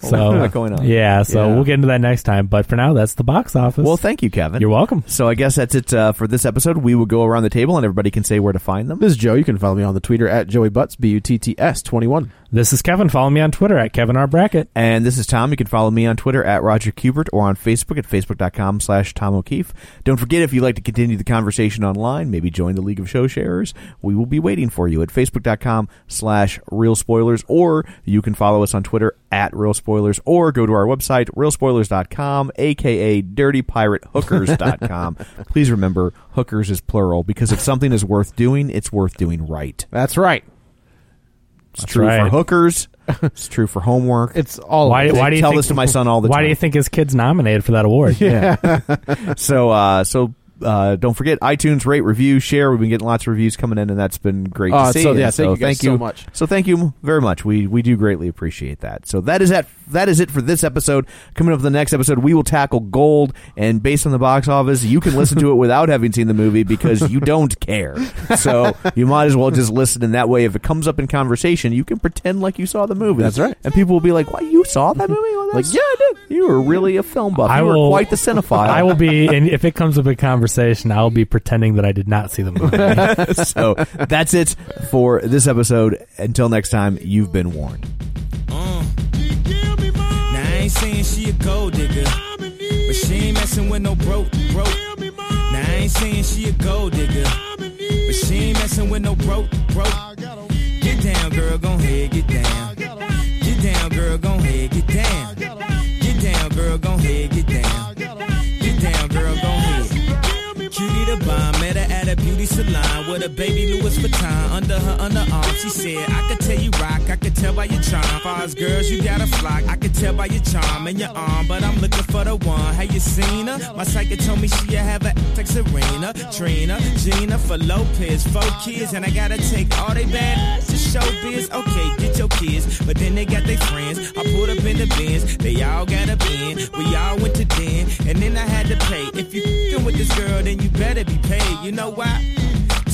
so what's going on. Yeah, so Yeah. we'll get into that next time. But for now, that's the box office. Well, thank you, Kevin. You're welcome. So I guess that's it uh, for this episode. We will go around the table and everybody can say where to find them. This is Joe. You can follow me on the Twitter at Joey Butts B U T T S twenty one. this is Kevin. Follow me on Twitter at Kevin R Brackett. And this is Tom. You can follow me on Twitter at Roger Kubert or on Facebook at facebook.com slash Tom O'Keefe. Don't forget, if you'd like to continue the conversation online, maybe join the League of Show Sharers, we will be waiting for you at facebook.com slash Real Spoilers, or you can follow us on Twitter at Real Spoilers, or go to our website, realspoilers.com, aka dirtypiratehookers.com. Please remember, hookers is plural, because if something is worth doing, it's worth doing right. That's right. It's true for right. hookers. It's true for homework. It's all. Why, of it. why do you tell think, this to my son all the Why time. do you think his kid's nominated for that award? Yeah. so uh, so uh, don't forget iTunes rate review share. We've been getting lots of reviews coming in, and that's been great Uh, to see. so, And yeah, thank you guys so much. So thank you very much. We we do greatly appreciate that. So that is that that is it for this episode. Coming up in the next episode, we will tackle gold, and based on the box office, you can listen to it without having seen the movie because you don't care. So you might as well just listen. And that way, if it comes up in conversation, you can pretend like you saw the movie. That's right. And people will be like, "Why you saw that movie?" Well, Like, that's- yeah, I did. You were really a film buff. I you will- were quite the cinephile. I will be, and if it comes up in conversation, I'll be pretending that I did not see the movie. so that's it for this episode. Until next time, you've been warned. Now I ain't saying she a gold digger, but she ain't messing with no broke broke. Now I ain't saying she a gold digger, but she ain't messing with no broke broke. Get down, girl, gon' head, get down. Get down, girl, gon' head, get down. Get down, girl, gon' head, get down. Get down, girl, gon' head. Cutie the bomb, met her at a beauty salon with a baby Louis Vuitton under her underarm. She said, I could tell you rock, I could tell by your charm. Fars girls, you got a flock, I could tell by your charm and your arm. But I'm looking for the one. Have you seen her? My psychic told me she have a ass like Serena, Trina, Gina for Lopez, four kids, and I gotta take all they bad to show biz. Okay, get your kids, but then they got their friends. I pulled up in the bins, they all got a bin. We all went to den, and then I had to pay. If you fing with this girl, then you better be paid. You know why?